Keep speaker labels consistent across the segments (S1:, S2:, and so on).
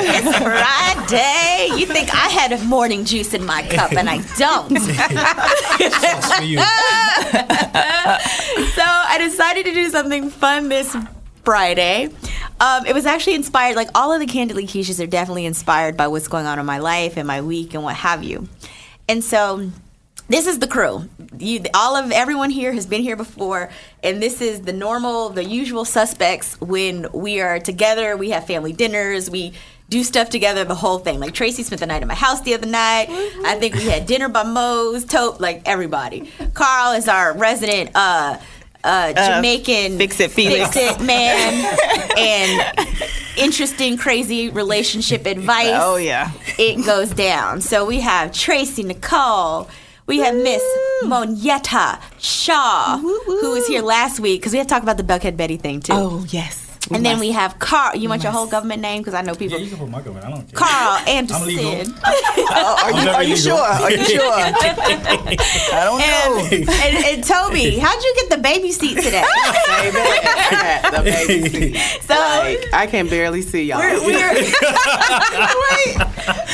S1: It's Friday. You think I had morning juice in my cup, and I don't. so I decided to do something fun this Friday. Um, it was actually inspired, like all of the Candidly Keishas are definitely inspired by what's going on in my life and my week and what have you. And so this is the crew. You, all of everyone here has been here before, and this is the normal, the usual suspects when we are together. We have family dinners. We do stuff together, the whole thing. Like Tracy spent the night at my house the other night. I think we had dinner by Moe's, Tope, like everybody. Carl is our resident uh, uh, Jamaican
S2: Fix It Felix.
S1: fix it man, and interesting, crazy relationship advice
S2: Oh yeah.
S1: it goes down. So we have Tracy Nicole. We have Miss Monietta Shaw, who was here last week because we had to talk about the Buckhead Betty thing too.
S2: Oh yes.
S1: and then we have Carl. You want your whole government name? Because I know people.
S3: Yeah, you can put my government. I don't care.
S1: Carl
S3: legal.
S1: Anderson.
S2: Are you,
S3: never
S2: are you
S3: legal.
S2: sure? Are you sure? I don't know.
S1: And, and, and Toby, how'd you get the baby seat today?
S2: The baby seat.
S1: So
S2: Like, I can barely see y'all.
S1: we're, we're Wait.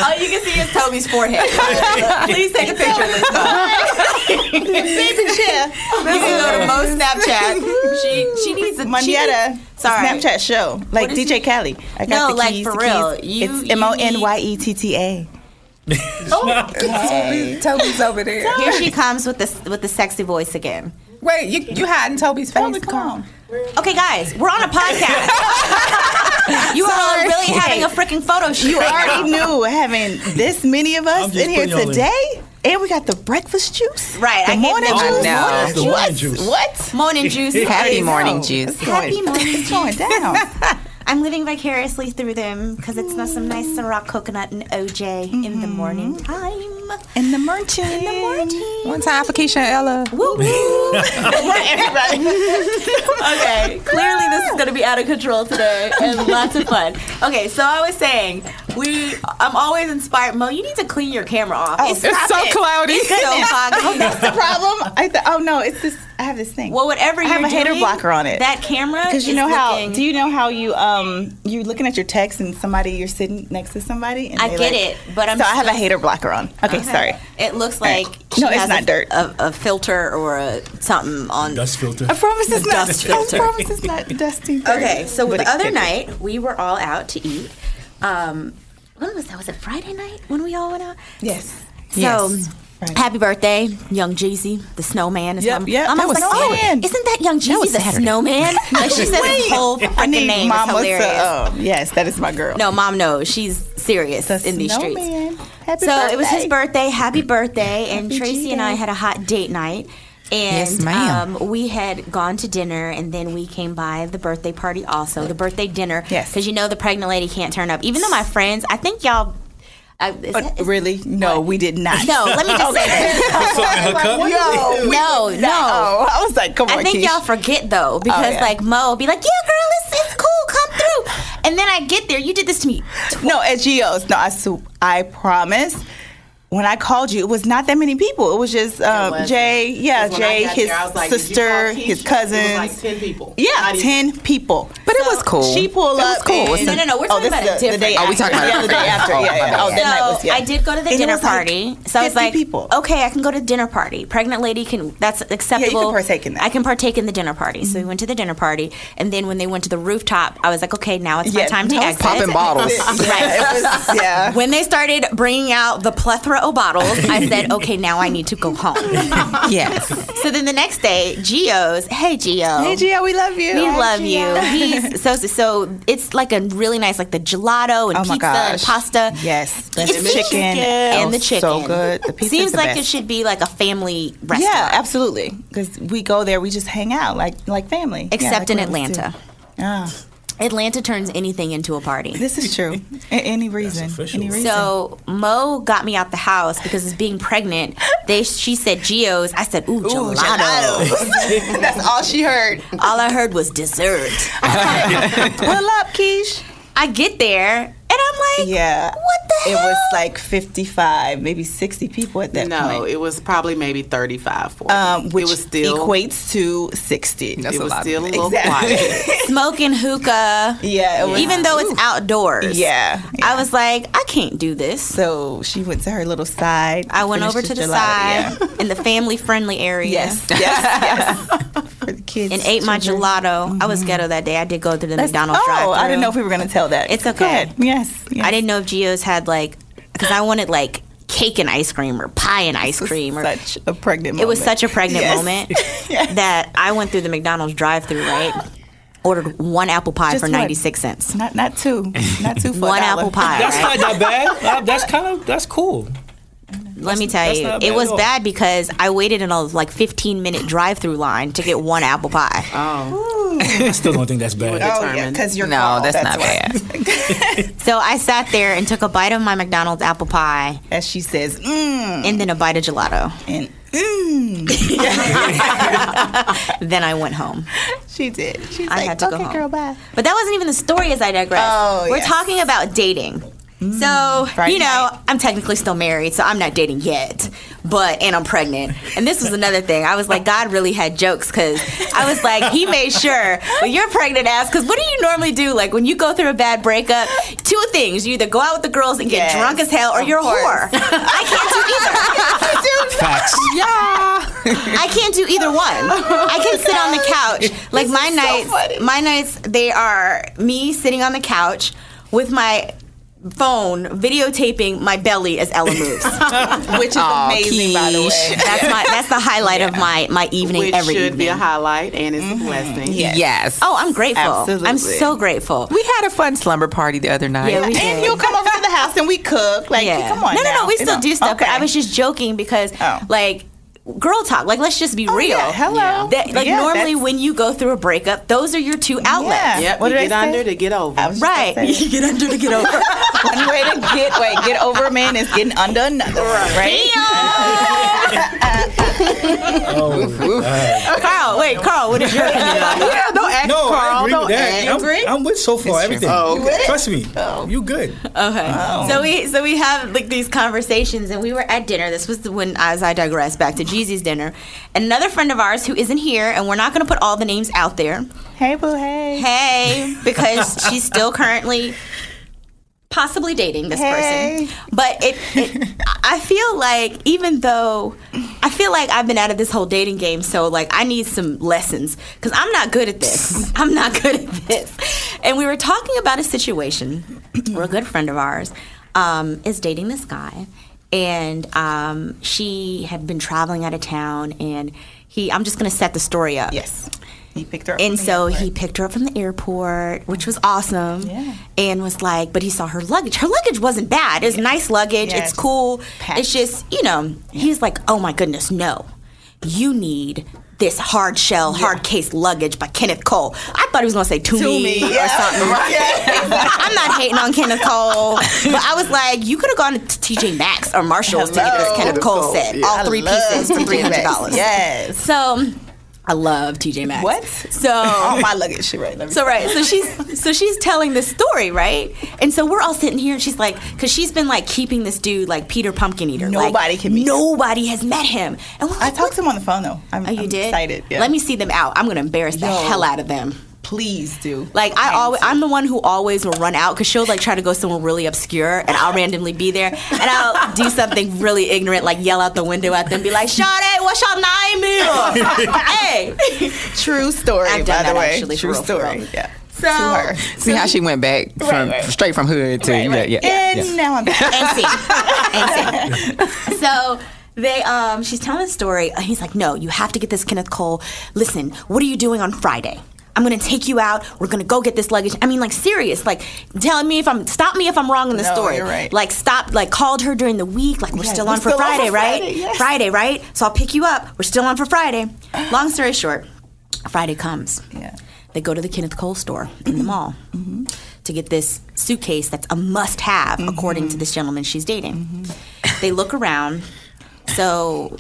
S1: all you can see is Toby's forehead. Please take a picture of this. baby chair. You can go to Mo's Snapchat. She she needs a she
S4: Manietta
S1: needs- Sorry.
S4: Snapchat show, like
S1: is
S4: DJ Kelly. I
S1: No,
S4: got the
S1: like,
S4: keys,
S1: for
S4: the
S1: real.
S4: keys.
S1: You-
S4: it's
S1: you
S4: M O N Y E T T A.
S5: Toby, Toby's over there.
S1: Here she comes with the with the sexy voice again.
S5: Wait, you you hiding Toby's
S1: Oh,
S5: face? Come on.
S1: Okay, guys, we're on a podcast. you are all really having a freaking photo shoot.
S4: You already knew having this many of
S3: I'm
S4: us
S3: just
S4: in here
S3: putting y'all in.
S4: today, and we got the breakfast juice,
S1: Right,
S4: The
S1: I gave
S4: morning
S1: them-
S4: juice,
S1: I
S2: know.
S4: morning
S3: It's the morning juice.
S4: What?
S1: morning juice.
S2: Happy
S1: guys.
S2: morning juice.
S4: It's going-
S1: Happy morning
S4: It's going down.
S1: I'm living vicariously through them because it's not some nice Ciroc coconut and OJ in the morning time.
S4: In the morning.
S1: In the morning.
S5: One time for Keisha and Ella.
S1: Woo woo. everybody. okay, clearly this is going to be out of control today and lots of fun. Okay, so I was saying, we I'm always inspired. Mo, you need to clean your camera off.
S4: Oh, stop it.
S5: cloudy.
S1: It's so foggy.
S4: That's the problem. I th- oh no, it's this. I have this thing.
S1: Well, whatever
S4: I
S1: you're
S4: have a header
S1: doing,
S4: blocker on it.
S1: That camera
S4: Because you
S1: is
S4: know how?
S1: looking-
S4: Do you know how you um you're looking at your text and somebody you're sitting next to somebody? And
S1: I
S4: they,
S1: get
S4: like-
S1: it, but I'm Uh-huh.
S4: so I have a
S1: still-
S4: hater blocker on. Okay, sorry.
S1: It looks like she
S4: No, it's
S1: has
S4: not
S1: a,
S4: dirt.
S1: A, a filter or a something on.
S3: Dust filter.
S4: I promise it's not.
S1: dust
S4: I promise it's not dusty. dirt.
S1: Okay, so
S4: But
S1: the
S4: it
S1: other
S4: could be.
S1: night we were all out to eat. Um, when was that? Was it Friday night when we all went out?
S4: Yes.
S1: So,
S4: Yes. Friday.
S1: happy birthday, Young Jeezy, the snowman. Is
S4: Yep,
S1: my-
S4: yep,
S1: I'm
S4: that
S1: almost
S4: was
S1: like, oh,
S4: Saturday.
S1: isn't that Young Jeezy
S2: was
S1: the
S2: Saturday.
S1: snowman? Like she says his whole
S4: I
S1: freaking
S4: need
S1: name is
S4: mama
S1: hilarious.
S4: to. Um, yes, that is my girl.
S1: no, mom knows. She's serious
S4: The
S1: in these streets.
S4: snowman. Happy
S1: so it was his
S4: birthday.
S1: birthday. Happy birthday! And
S4: Happy
S1: Tracy and
S4: G-Day.
S1: I had a hot date night. And
S2: Yes, ma'am.
S1: Um, we had gone to dinner, and then we came by the birthday party, also the birthday dinner.
S4: Yes.
S1: because you know the pregnant lady can't turn up. Even though my friends, I think y'all. I, is that- is-
S4: Really? No, we did not.
S1: no, let me just say this.
S4: Yo.
S1: No, no.
S4: Oh, I was like, come on.
S1: I think
S4: Keisha.
S1: y'all forget though, because
S4: yeah.
S1: like Mo will be like, "Yeah, girl, it's, it's cool, come through." And then I get there, you did this to me.
S4: No, at Geo's. No, I su- I promise. When I called you, it was not that many people. It was just um, Jay, yeah, Jay, his sister, his cousins.
S2: people.
S4: yeah, ten people.
S5: But
S4: But it was cool.
S1: She pulled
S4: It was
S1: up.
S4: cool.
S1: and-
S4: What's
S1: no,
S4: the-
S1: no, no. We're
S4: oh,
S1: talking
S4: this
S1: about
S4: is
S1: a
S4: the- the
S1: different.
S4: day after.
S1: act.
S4: Yeah, yeah, the day after.
S1: Oh,
S4: Yeah,
S1: my
S4: yeah.
S1: bad.
S4: Oh, that night was-
S1: So,
S4: yeah.
S1: I did go to the
S4: And it
S1: dinner
S4: was like
S1: party. so I was
S4: 50
S1: like, oh,
S4: people.
S1: okay, I can go to dinner party. Pregnant lady can. That's acceptable.
S4: partake in that. Mm-hmm.
S1: I can partake in the dinner party. So we went to the dinner party, and then when they went to the rooftop, I was like, okay, now it's my
S4: Yeah,
S1: time to
S4: that was
S1: exit.
S3: Popping bottles.
S1: Right.
S4: It was- yeah.
S1: When they started bringing out the plethora of bottles, I said, okay, now I need to go home.
S4: Yes.
S1: So then the next day, Geo's, hey Geo.
S5: Hey, Gia, we love you.
S1: Oh. We love you. He's so so. It's like a really nice, like the gelato and
S4: Oh my
S1: pizza and
S4: gosh.
S1: pasta.
S4: Yes. The
S1: It's
S4: chicken.
S1: and the
S4: Oh,
S1: chicken.
S4: so good. The pizza's
S1: Seems
S4: the
S1: like it
S4: best.
S1: should be like a family restaurant.
S4: Yeah, absolutely. Because we go there, we just hang out like like family. Yeah,
S1: Except
S4: like
S1: in
S4: we always do.
S1: Atlanta.
S4: Ah,
S1: Atlanta turns anything into a party.
S4: this is true. A- any reason.
S6: official.
S4: Any reason.
S1: So Mo got me out the house because of being pregnant. They she said Geo's. I said ooh, gelato.
S4: That's all she heard.
S1: All I heard was dessert.
S4: Pull up, Keish.
S1: I get there and I'm like,
S4: Yeah.
S1: what the
S4: It
S1: hell?
S4: was like 55, maybe 60 people at that point.
S2: No, it was probably maybe 35, 40.
S4: um, which
S2: it was still,
S4: equates to 60.
S2: it was still a little
S4: Exactly.
S2: quiet.
S1: smoking hookah.
S4: yeah, it was,
S1: Even though it's outdoors.
S4: yeah, yeah.
S1: I was like, I can't do this.
S4: so she went to her little side.
S1: I went
S4: finished
S1: over to the
S4: gelato,
S1: side
S4: yeah.
S1: in the family friendly area.
S4: Yes, yes, yes. For the kids
S1: And ate my
S4: children. Mm-hmm.
S1: gelato. I was ghetto that day. I did go through the McDonald's
S4: Oh,
S1: drive
S4: I didn't know if we were gonna tell that.
S1: It's
S4: Go
S1: okay.
S4: ahead. Yes, yes.
S1: I didn't know if Geo's had like, because I wanted like cake and ice cream or pie and ice cream. Or,
S4: Such a pregnant.
S1: it was
S4: moment.
S1: such a pregnant
S4: Yes.
S1: moment
S4: Yes.
S1: that I went through the McDonald's drive through, right? Ordered one apple pie
S4: Just
S1: for
S4: one.
S1: 96 cents.
S4: Not not two, not two. For a
S1: One
S4: dollar.
S1: apple pie.
S7: That's
S1: right?
S7: not that bad. Uh, that's kind of that's cool.
S1: Let me tell
S7: that's
S1: you,
S7: not
S1: it
S7: bad
S1: was
S7: at all.
S1: bad because I waited in a like 15 minute drive through line to get one apple pie.
S2: Oh,
S7: I still don't think that's
S4: Oh
S7: bad.
S4: yeah,
S2: determined.
S4: because you're
S3: No,
S4: called,
S3: that's not
S4: why.
S1: So I sat there and took a bite of my McDonald's apple pie
S4: As she says, mmm,
S1: and then a bite of gelato.
S4: and mmm.
S1: Then I went home.
S4: She did. She's
S1: I
S4: like,
S1: had to
S4: okay,
S1: go home.
S4: girl, bye.
S1: But that wasn't even the story as I digress.
S4: Oh,
S1: We're
S4: yes.
S1: talking about dating. So,
S4: Friday
S1: you know,
S4: night.
S1: I'm technically still married, so I'm not dating yet. But, and I'm pregnant. And this was another thing. I was like, God really had jokes because I was like, He made sure, but you're pregnant ass. Because what do you normally do? Like, when you go through a bad breakup, two things you either go out with the girls and get
S4: Yes,
S1: drunk as hell, or you're a whore. I can't do either.
S7: Facts.
S1: I can't do either one. I can sit on the couch. Like my nights, my nights they are me sitting on the couch with my phone videotaping my belly as Ella moves.
S4: Which is amazing, by the way.
S1: that's my that's the highlight of my my evening
S2: which
S1: every
S2: should be a
S1: evening.
S2: highlight and it's
S8: Mm-hmm.
S2: a blessing.
S3: Yes.
S1: oh, I'm grateful. I'm
S4: Absolutely.
S1: so grateful.
S3: We had a fun slumber party the other night.
S1: Yeah, we
S4: And
S1: did.
S4: you'll come over to the house and we cook. Like,
S1: yeah.
S4: come on.
S1: no, no, no.
S4: now.
S1: We still
S4: No.
S1: do stuff. But
S4: Okay.
S1: I was just joking because
S4: Oh.
S1: like. Girl talk, like let's just be real.
S4: yeah. Hello.
S1: That- like
S4: Yeah,
S1: normally
S4: that's-
S1: when you go through a breakup, those are your two outlets.
S4: Yeah.
S2: Yep,
S4: What
S2: you
S4: did I
S2: get
S4: say?
S2: under to get over.
S4: I was just
S1: Right.
S4: gonna say,
S1: get under to get over.
S4: One way to get wait, get over a man is getting under another. Right.
S1: Carl, wait, Carl, what is your opinion about that?
S3: Yeah, don't act,
S7: No, I
S3: Carl.
S7: agree
S3: don't
S7: with that.
S3: act.
S7: I'm- I'm, with so far everything.
S2: Oh, okay.
S7: Trust me, you good.
S1: Okay. So we so we have like these conversations, and we were at dinner. This was the, when, as I digress, back to Jeezy's dinner. And another friend of ours who isn't here, and we're not going to put all the names out there.
S4: Hey boo, hey.
S1: Hey, because she's still currently possibly dating this
S4: Hey.
S1: person. But it, it, I feel like even though I feel like I've been out of this whole dating game, so like I need some lessons because I'm not good at this. I'm not good at this. And we were talking about a situation where a good friend of ours um, is dating this guy, and um, she had been traveling out of town, and he. I'm just gonna set the story up.
S4: Yes. He picked her up.
S1: And
S4: from the
S1: so
S4: airport.
S1: he picked her up from the airport, which was awesome.
S4: Yeah.
S1: And was like, but he saw her luggage. Her luggage wasn't bad. It's nice luggage.
S4: Yeah,
S1: it's
S4: it's
S1: cool.
S4: packed.
S1: It's just, you know, he's like, oh my goodness, no. You need this hard shell, hard case luggage by Kenneth Cole. I thought he was gonna say to, me, or something. I'm not hating on Kenneth Cole, but I was like, you could have gone to TJ Maxx or Marshalls to get this
S4: Hello.
S1: Kenneth Cole set, all three pieces for three hundred dollars.
S4: Yes.
S1: So, I love TJ Maxx.
S4: What?
S1: So
S4: Oh my luggage. She right. Let me-
S1: so right, so she's so she's telling this story, right? And so we're all sitting here, and she's like, because she's been like keeping this dude like Peter Pumpkin Eater. like,
S4: Nobody can meet him.
S1: Nobody has met him. And we're
S4: I
S1: like,
S4: talked to him on the phone though. I'm,
S1: Oh, you
S4: I'm
S1: did?
S4: excited. Yeah.
S1: Let me see them out. I'm gonna embarrass the
S4: Yo.
S1: hell out of them.
S4: Please do.
S1: Like I always, I'm the one who always will run out because she'll like try to go somewhere really obscure, and I'll randomly be there, and I'll do something really ignorant, like yell out the window at them, be like, "Shawty, what's your name?" hey,
S4: true story.
S1: I've
S4: by
S1: done
S4: the
S1: that
S4: way,
S1: actually. for
S4: true
S1: real, for
S4: story.
S1: real.
S4: Yeah.
S1: So,
S3: See how she went back from straight from hood to yeah, yeah,
S4: and
S3: yeah.
S4: now I'm back.
S1: and see, and see. So they, um, she's telling a story, and he's like, "No, you have to get this, Kenneth Cole. Listen, what are you doing on Friday?" I'm gonna take you out. We're gonna go get this luggage. I mean, like serious. Like, telling me if I'm stop me if I'm wrong in the
S4: No,
S1: story.
S4: you're right.
S1: Like, stop. Like, called her during the week. Like, we're still
S4: we're
S1: on for
S4: still on for
S1: Friday, right?
S4: Friday, yes.
S1: Friday, right? So I'll pick you up. We're still on for Friday. Long story short, Friday comes.
S4: Yeah.
S1: They go to the Kenneth Cole store in the mall to get this suitcase that's a must have, according to this gentleman she's dating. They look around. So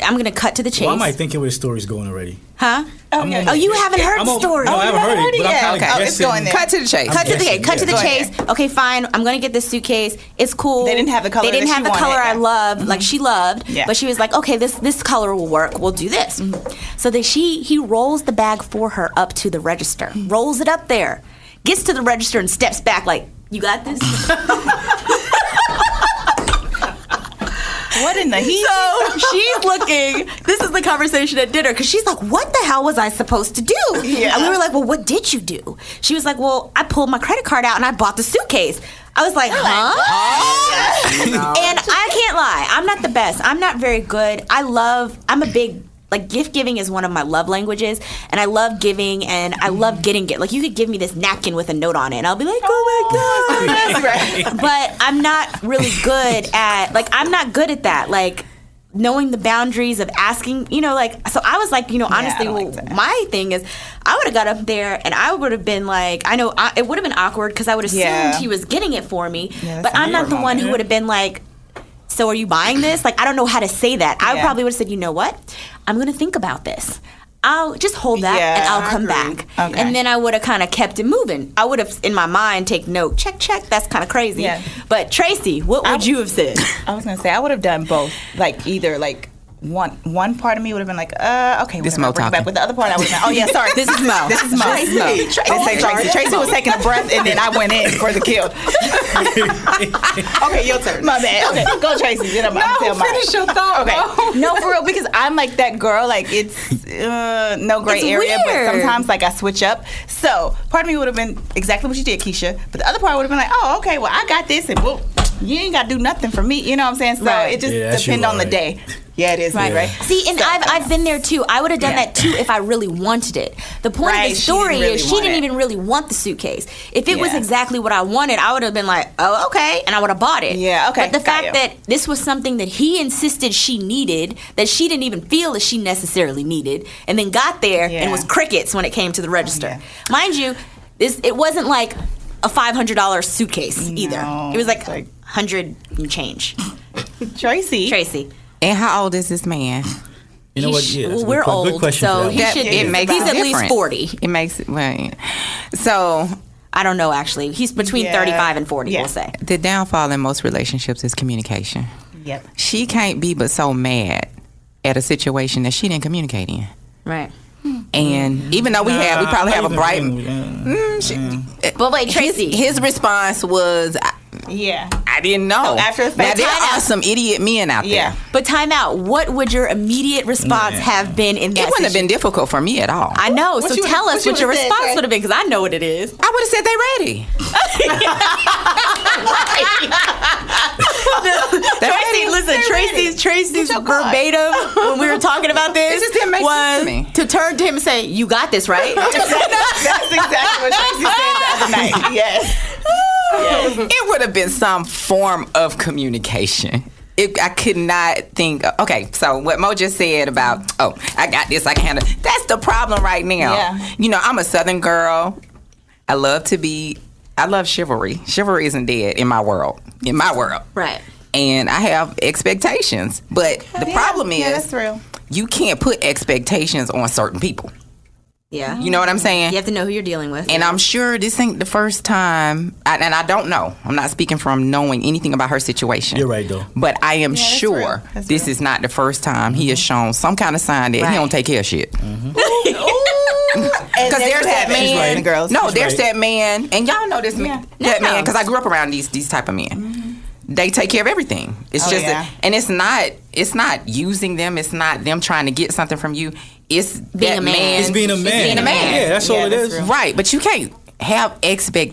S1: I'm going to cut to the chase.
S7: Why am I thinking where the story's going already?
S1: huh?
S7: I'm
S4: yeah.
S7: on
S1: Oh,
S7: my-
S1: you haven't heard
S7: I'm
S1: the
S7: on-
S1: story.
S7: No, I haven't heard it. But I'm
S4: yet.
S7: kind of
S4: Okay. Oh, it's going there.
S3: Cut to the chase.
S1: Cut to the
S7: guessing,
S1: cut to
S7: yeah.
S1: the
S7: Go
S1: chase. Okay, fine. I'm gonna get this suitcase. It's cool.
S4: They didn't have the color
S1: They didn't
S4: that
S1: have
S4: she
S1: the color
S4: wanted,
S1: I
S4: yeah.
S1: love, like she loved.
S4: Yeah.
S1: But she was like, okay, this this color will work. We'll do this.
S4: Mm-hmm.
S1: So that she he rolls the bag for her up to the register,
S4: Mm-hmm.
S1: rolls it up there, gets to the register and steps back like, you got this.
S4: What in the heat?
S1: So she's looking. This is the conversation at dinner because she's like, "What the hell was I supposed to do?"
S4: Yeah.
S1: And we were like, "Well, what did you do?" She was like, "Well, I pulled my credit card out and I bought the suitcase." I was like, "Huh?" and I can't lie. I'm not the best. I'm not very good. I love. I'm a big. Like gift giving is one of my love languages, and I love giving, and I love getting it. Like you could give me this napkin with a note on it, and I'll be like, "Oh my god, but I'm not really good at like I'm not good at that. Like knowing the boundaries of asking, you know, like so I was like, you know, honestly,
S4: don't like
S1: well,
S4: that.
S1: my thing is I would have got up there and I would have been like, I know I, it would have been awkward because I would have assumed
S4: Yeah.
S1: he was getting it for me,
S4: Yeah,
S1: but
S4: that's
S1: I'm
S4: an
S1: not
S4: awkward
S1: the one who
S4: moment.
S1: would have been like. So are you buying this? Like I don't know how to say that. I
S4: Yeah.
S1: probably would have said, you know what? I'm gonna think about this. I'll just hold that
S4: Yeah,
S1: and I'll
S4: I
S1: come
S4: agree.
S1: back.
S4: Okay.
S1: And then I would have kind of kept it moving. I would have in my mind take note, check, check. That's kind of crazy.
S4: Yeah.
S1: But Tracy, what would you have said?
S4: I was gonna say I would have done both. Like either like one one part of me would have been like, uh, okay,
S3: This
S4: whatever,
S3: Mo
S4: bring it back.
S3: talking.
S4: But the other part I would have been, oh yeah, sorry,
S1: This is Mo.
S4: This is Mo.
S1: Tracy.
S4: Tracy. They say Tracy. Tracy was taking a breath, and then I went in for the kill. okay, your turn. My bad. Okay, go Tracy. Then I'm gonna tell mine.
S5: finish your thought,
S4: Okay. No, for real, because I'm like that girl. Like it's uh, no gray
S1: It's
S4: area,
S1: weird.
S4: but sometimes like I switch up. So part of me would have been exactly what you did, Keisha. But the other part would have been like, oh, okay, well I got this, and well, you ain't gotta do nothing for me. You know what I'm saying? So
S1: Right.
S4: it just
S7: Yeah, that's
S4: depend
S7: you,
S4: on the
S7: alright.
S4: day. Yeah, it is me, right.
S1: See, and I've, I've been there too. I would have done that too if I really wanted it. The point of
S4: Right,
S1: the
S4: she
S1: story
S4: didn't really
S1: is she
S4: want
S1: didn't
S4: it.
S1: even really want the suitcase. If it was
S4: Yeah.
S1: exactly what I wanted, I would have been like, oh, okay, and I would have bought it.
S4: Yeah, okay,
S1: But the
S4: got
S1: fact
S4: you.
S1: that this was something that he insisted she needed, that she didn't even feel that she necessarily needed, and then got there and
S4: Yeah. Oh,
S1: was crickets when it came to the register. Mind you, this it wasn't like a $500 suitcase either.
S4: No,
S1: It was like,
S4: it's like-
S1: 100 and change.
S4: Tracy.
S1: Tracy.
S3: And how old is this man?
S7: You know
S1: He
S7: what?
S1: sh-
S7: Yeah, that's
S1: well,
S7: a good
S1: we're
S7: que- good
S1: old,
S7: question for
S1: so
S7: that
S1: he
S7: one.
S1: should-
S3: it
S1: is.
S3: makes
S1: He's
S3: a
S1: at least
S3: difference.
S1: 40.
S3: It makes it well, yeah. so
S1: I don't know actually. He's between
S4: Yeah.
S1: 35 and 40,
S4: Yeah.
S1: we'll say.
S3: the downfall in most relationships is communication.
S4: Yep.
S3: She can't be but so mad at a situation that she didn't communicate in.
S1: Right.
S3: And even though we have, we probably have a bright.
S7: Mm,
S1: But wait, Tracy.
S3: His response was, I,
S4: Yeah.
S3: I didn't know.
S4: So Oh, after the fact-
S3: now there
S4: Time
S3: are some idiot men out
S4: Yeah.
S3: there.
S1: but time out. What would your immediate response have been in
S3: It
S1: that
S3: wouldn't have been
S1: situation?
S3: difficult for me at all.
S1: I know. so
S4: you would-
S1: tell us
S4: what you
S1: what your
S4: would have said,
S1: response
S4: Trey.
S1: would have been cuz I know what it is.
S3: I would have said they ready. They're
S1: Tracy,
S3: ready.
S1: listen, Tracy's Tracy's
S4: your card.
S1: verbatim when we were talking about this
S3: just didn't make
S1: was
S3: sense to me.
S1: to turn to him and say, "You got this, right?"
S4: That's exactly what Tracy said the other night. Yes.
S3: It would have been some form of communication. It, I could not think. Okay, so what Mo just said about oh, I got this, I can handle. That's the problem right now.
S4: Yeah.
S3: You know, I'm a Southern girl. I love to be. I love chivalry. Chivalry isn't dead in my world. In my world,
S1: Right.
S3: And I have expectations, but the problem is
S4: Yeah, that's real.
S3: you can't put expectations on certain people.
S1: Yeah.
S3: You know what I'm saying?
S1: You have to know who you're dealing with.
S3: And I'm sure this ain't the first time, I, and I don't know. I'm not speaking from knowing anything about her situation.
S7: You're right, though.
S3: But I am sure
S4: real. That's real.
S3: this
S4: Mm-hmm.
S3: is not the first time he has shown some kind of sign that
S1: Right.
S3: he don't take care of shit. because there's that man. No, there's that man, and y'all know this man. That man, because I grew up around these these type of men.
S7: Mm-hmm.
S3: They take care of everything. It's
S4: Oh,
S3: just,
S4: yeah.
S3: and it's not it's not using them. It's not them trying to get something from you. It's
S9: Being
S3: that
S9: a man.
S7: It's being a
S3: It's
S7: man.
S3: being a man.
S7: Yeah, that's all Yeah, it that's is. real.
S3: Right, but you can't have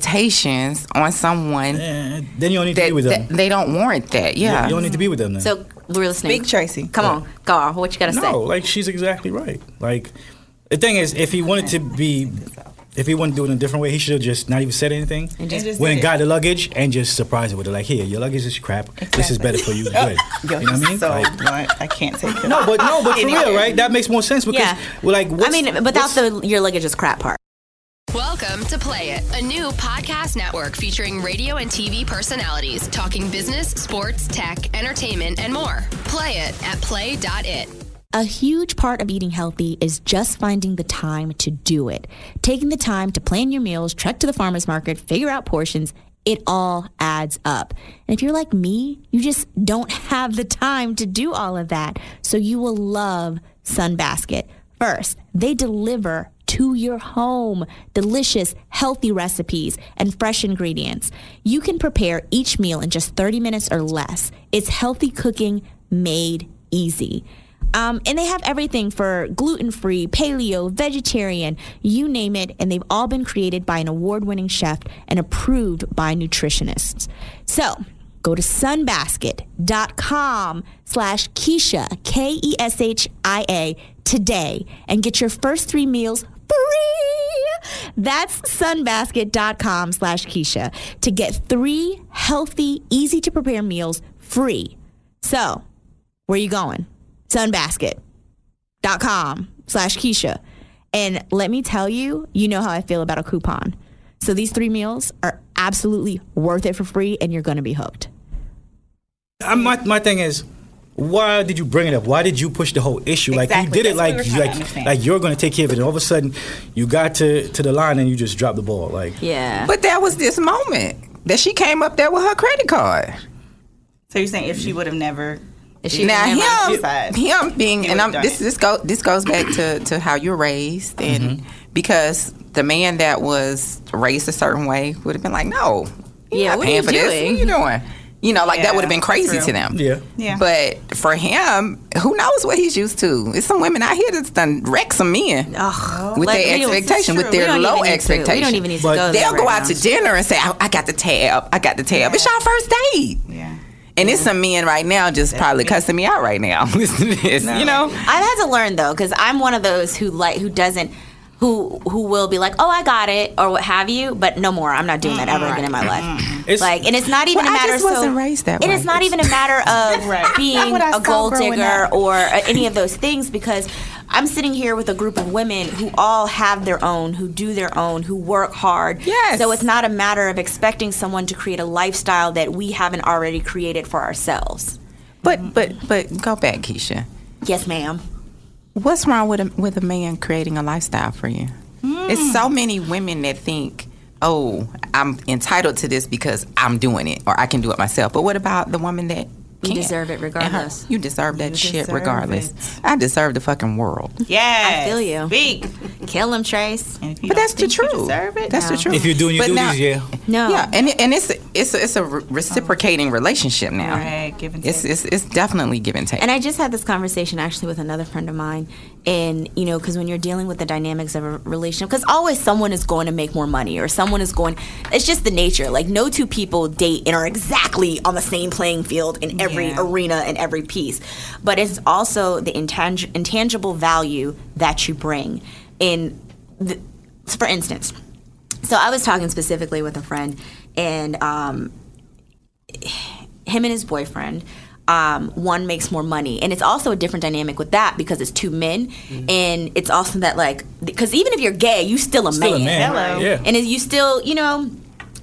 S3: expectations on someone.
S7: then you don't need to be with them.
S3: they don't warrant that.
S7: You-
S3: Yeah,
S7: you don't need to be with them then.
S9: So we're listening.
S4: Big Tracy.
S9: Come on, go on. What you gotta
S7: no, like she's exactly right. Like the thing is, if he wanted to be, if he wanted to do it in a different way, he should have just not even said anything.
S4: And just- just
S7: went
S4: did
S7: and
S4: it.
S7: got the luggage and just surprised it with it. Like, here, your luggage is crap. This is better for you. Good.
S4: Yo,
S7: you know what I mean?
S4: he's so
S7: Like,
S4: blunt. I can't take it.
S7: no, but no, but for
S4: Anyway.
S7: real, right? That makes more sense because
S9: Yeah.
S7: we're like,
S9: say. I
S7: what's,
S9: mean, without the your luggage is crap part.
S10: Welcome to Play It, a new podcast network featuring radio and TV personalities talking business, sports, tech, entertainment, and more. Play it at play.it.
S11: A huge part of eating healthy is just finding the time to do it. Taking the time to plan your meals, trek to the farmer's market, figure out portions, it all adds up. And if you're like me, you just don't have the time to do all of that. So you will love Sunbasket. First, they deliver to your home delicious, healthy recipes and fresh ingredients. You can prepare each meal in just 30 minutes or less. It's healthy cooking made easy. Um, and they have everything for gluten free, paleo, vegetarian, you name it. And they've all been created by an award winning chef and approved by nutritionists. So go to sunbasket.com slash Keisha, K E S H I A, today and get your first three meals free. That's sunbasket.com slash Keisha to get three healthy, easy to prepare meals free. So, where you going? Sunbasket.com slash Keisha. And let me tell you, you know how I feel about a coupon. So these three meals are absolutely worth it for free, and you're going to be hooked.
S7: I'm, my, my thing is, why did you bring it up? Why did you push the whole issue? Like you
S4: Exactly,
S7: did it
S4: that's what
S7: like
S4: we were
S7: you
S4: trying to
S7: like
S4: understand.
S7: like you're gonna take care of it, and all of a sudden you got to to the line and you just dropped the ball. Like
S9: Yeah.
S3: But that was this moment that she came up there with her credit card.
S4: So you're saying if she would have never.
S3: now him,
S4: Suicide.
S3: him being,
S4: He
S3: and
S4: would've
S3: I'm
S4: done
S3: this
S4: it.
S3: this go this goes back to to how you're raised, and because the man that was raised a certain way would have been like, no, you're
S9: Yeah,
S3: not
S9: what are
S3: paying
S9: you
S3: for this. What
S9: doing?"
S3: you doing? You know, like
S4: Yeah,
S3: that would have been crazy
S4: true.
S3: to them.
S7: yeah,
S4: Yeah.
S3: But for him, who knows what he's used to? It's some women out here that's done wreck some
S1: Oh,
S3: men
S9: Ugh.
S3: with
S9: Like,
S3: their
S9: we don't-
S3: expectation,
S9: this is
S3: with
S9: true. We
S3: their
S9: don't even
S3: low
S9: need to-
S3: expectation.
S9: We don't even need to
S7: But
S9: go there.
S3: They'll go
S9: right
S3: out
S9: now.
S3: to dinner and say, I, I got the tab. I got the tab. It's y'all first date.
S4: Yeah.
S3: And it's some men right now just probably cussing me out right now. Listen to this, you know?
S1: I've had to learn though, because I'm one of those who like who doesn't who who will be like, oh, I got it or what have you, but no more. I'm not doing that ever again in my life.
S7: It's-
S1: like, and it's not even
S3: Well,
S1: a
S3: I
S1: matter.
S3: just
S1: so-
S3: wasn't raised that
S1: It
S3: way.
S1: is not even a matter of being
S4: what I
S1: a
S4: saw
S1: gold
S4: growing
S1: digger
S4: up.
S1: or uh, any of those things because I'm sitting here with a group of women who all have their own, who do their own, who work hard.
S3: Yes.
S1: So it's not a matter of expecting someone to create a lifestyle that we haven't already created for ourselves.
S3: But but but go back, Keisha.
S1: Yes, ma'am.
S3: What's wrong with a, with a man creating a lifestyle for you?
S4: Hmm.
S3: It's so many women that think, "Oh, I'm entitled to this because I'm doing it or I can do it myself." But what about the woman that
S9: You
S3: can't? Uh-huh.
S9: deserve it
S3: And her-
S9: regardless.
S3: You deserve that shit
S4: deserve
S3: regardless. I deserve the fucking world.
S4: Yeah.
S1: I feel you.
S4: Speak.
S1: Kill him, Trace.
S4: And if you
S3: But
S4: don't
S3: that's the
S4: think you
S3: truth.
S4: deserve it,
S3: That's the truth.
S7: if you're doing your
S3: But now-
S7: duties, yeah.
S1: No.
S3: Yeah, and it- and it's it's a, it's a re- reciprocating relationship now.
S4: Right, give and
S3: It's
S4: take.
S3: it's it's definitely give and take.
S1: And I just had this conversation actually with another friend of mine. And, you know, because when you're dealing with the dynamics of a relationship, because always someone is going to make more money or someone is going, it's just the nature. Like, no two people date and are exactly on the same playing field in every
S4: Yeah.
S1: arena and every piece. But it's also the intang- intangible value that you bring. In, the, for instance, so I was talking specifically with a friend, and um, him and his boyfriend. Um, one makes more money, and it's also a different dynamic with that because it's two men,
S7: Mm-hmm.
S1: and it's also that like because even if you're gay, you still a
S7: Still a man.
S4: Hello.
S7: Yeah.
S1: and is you still you know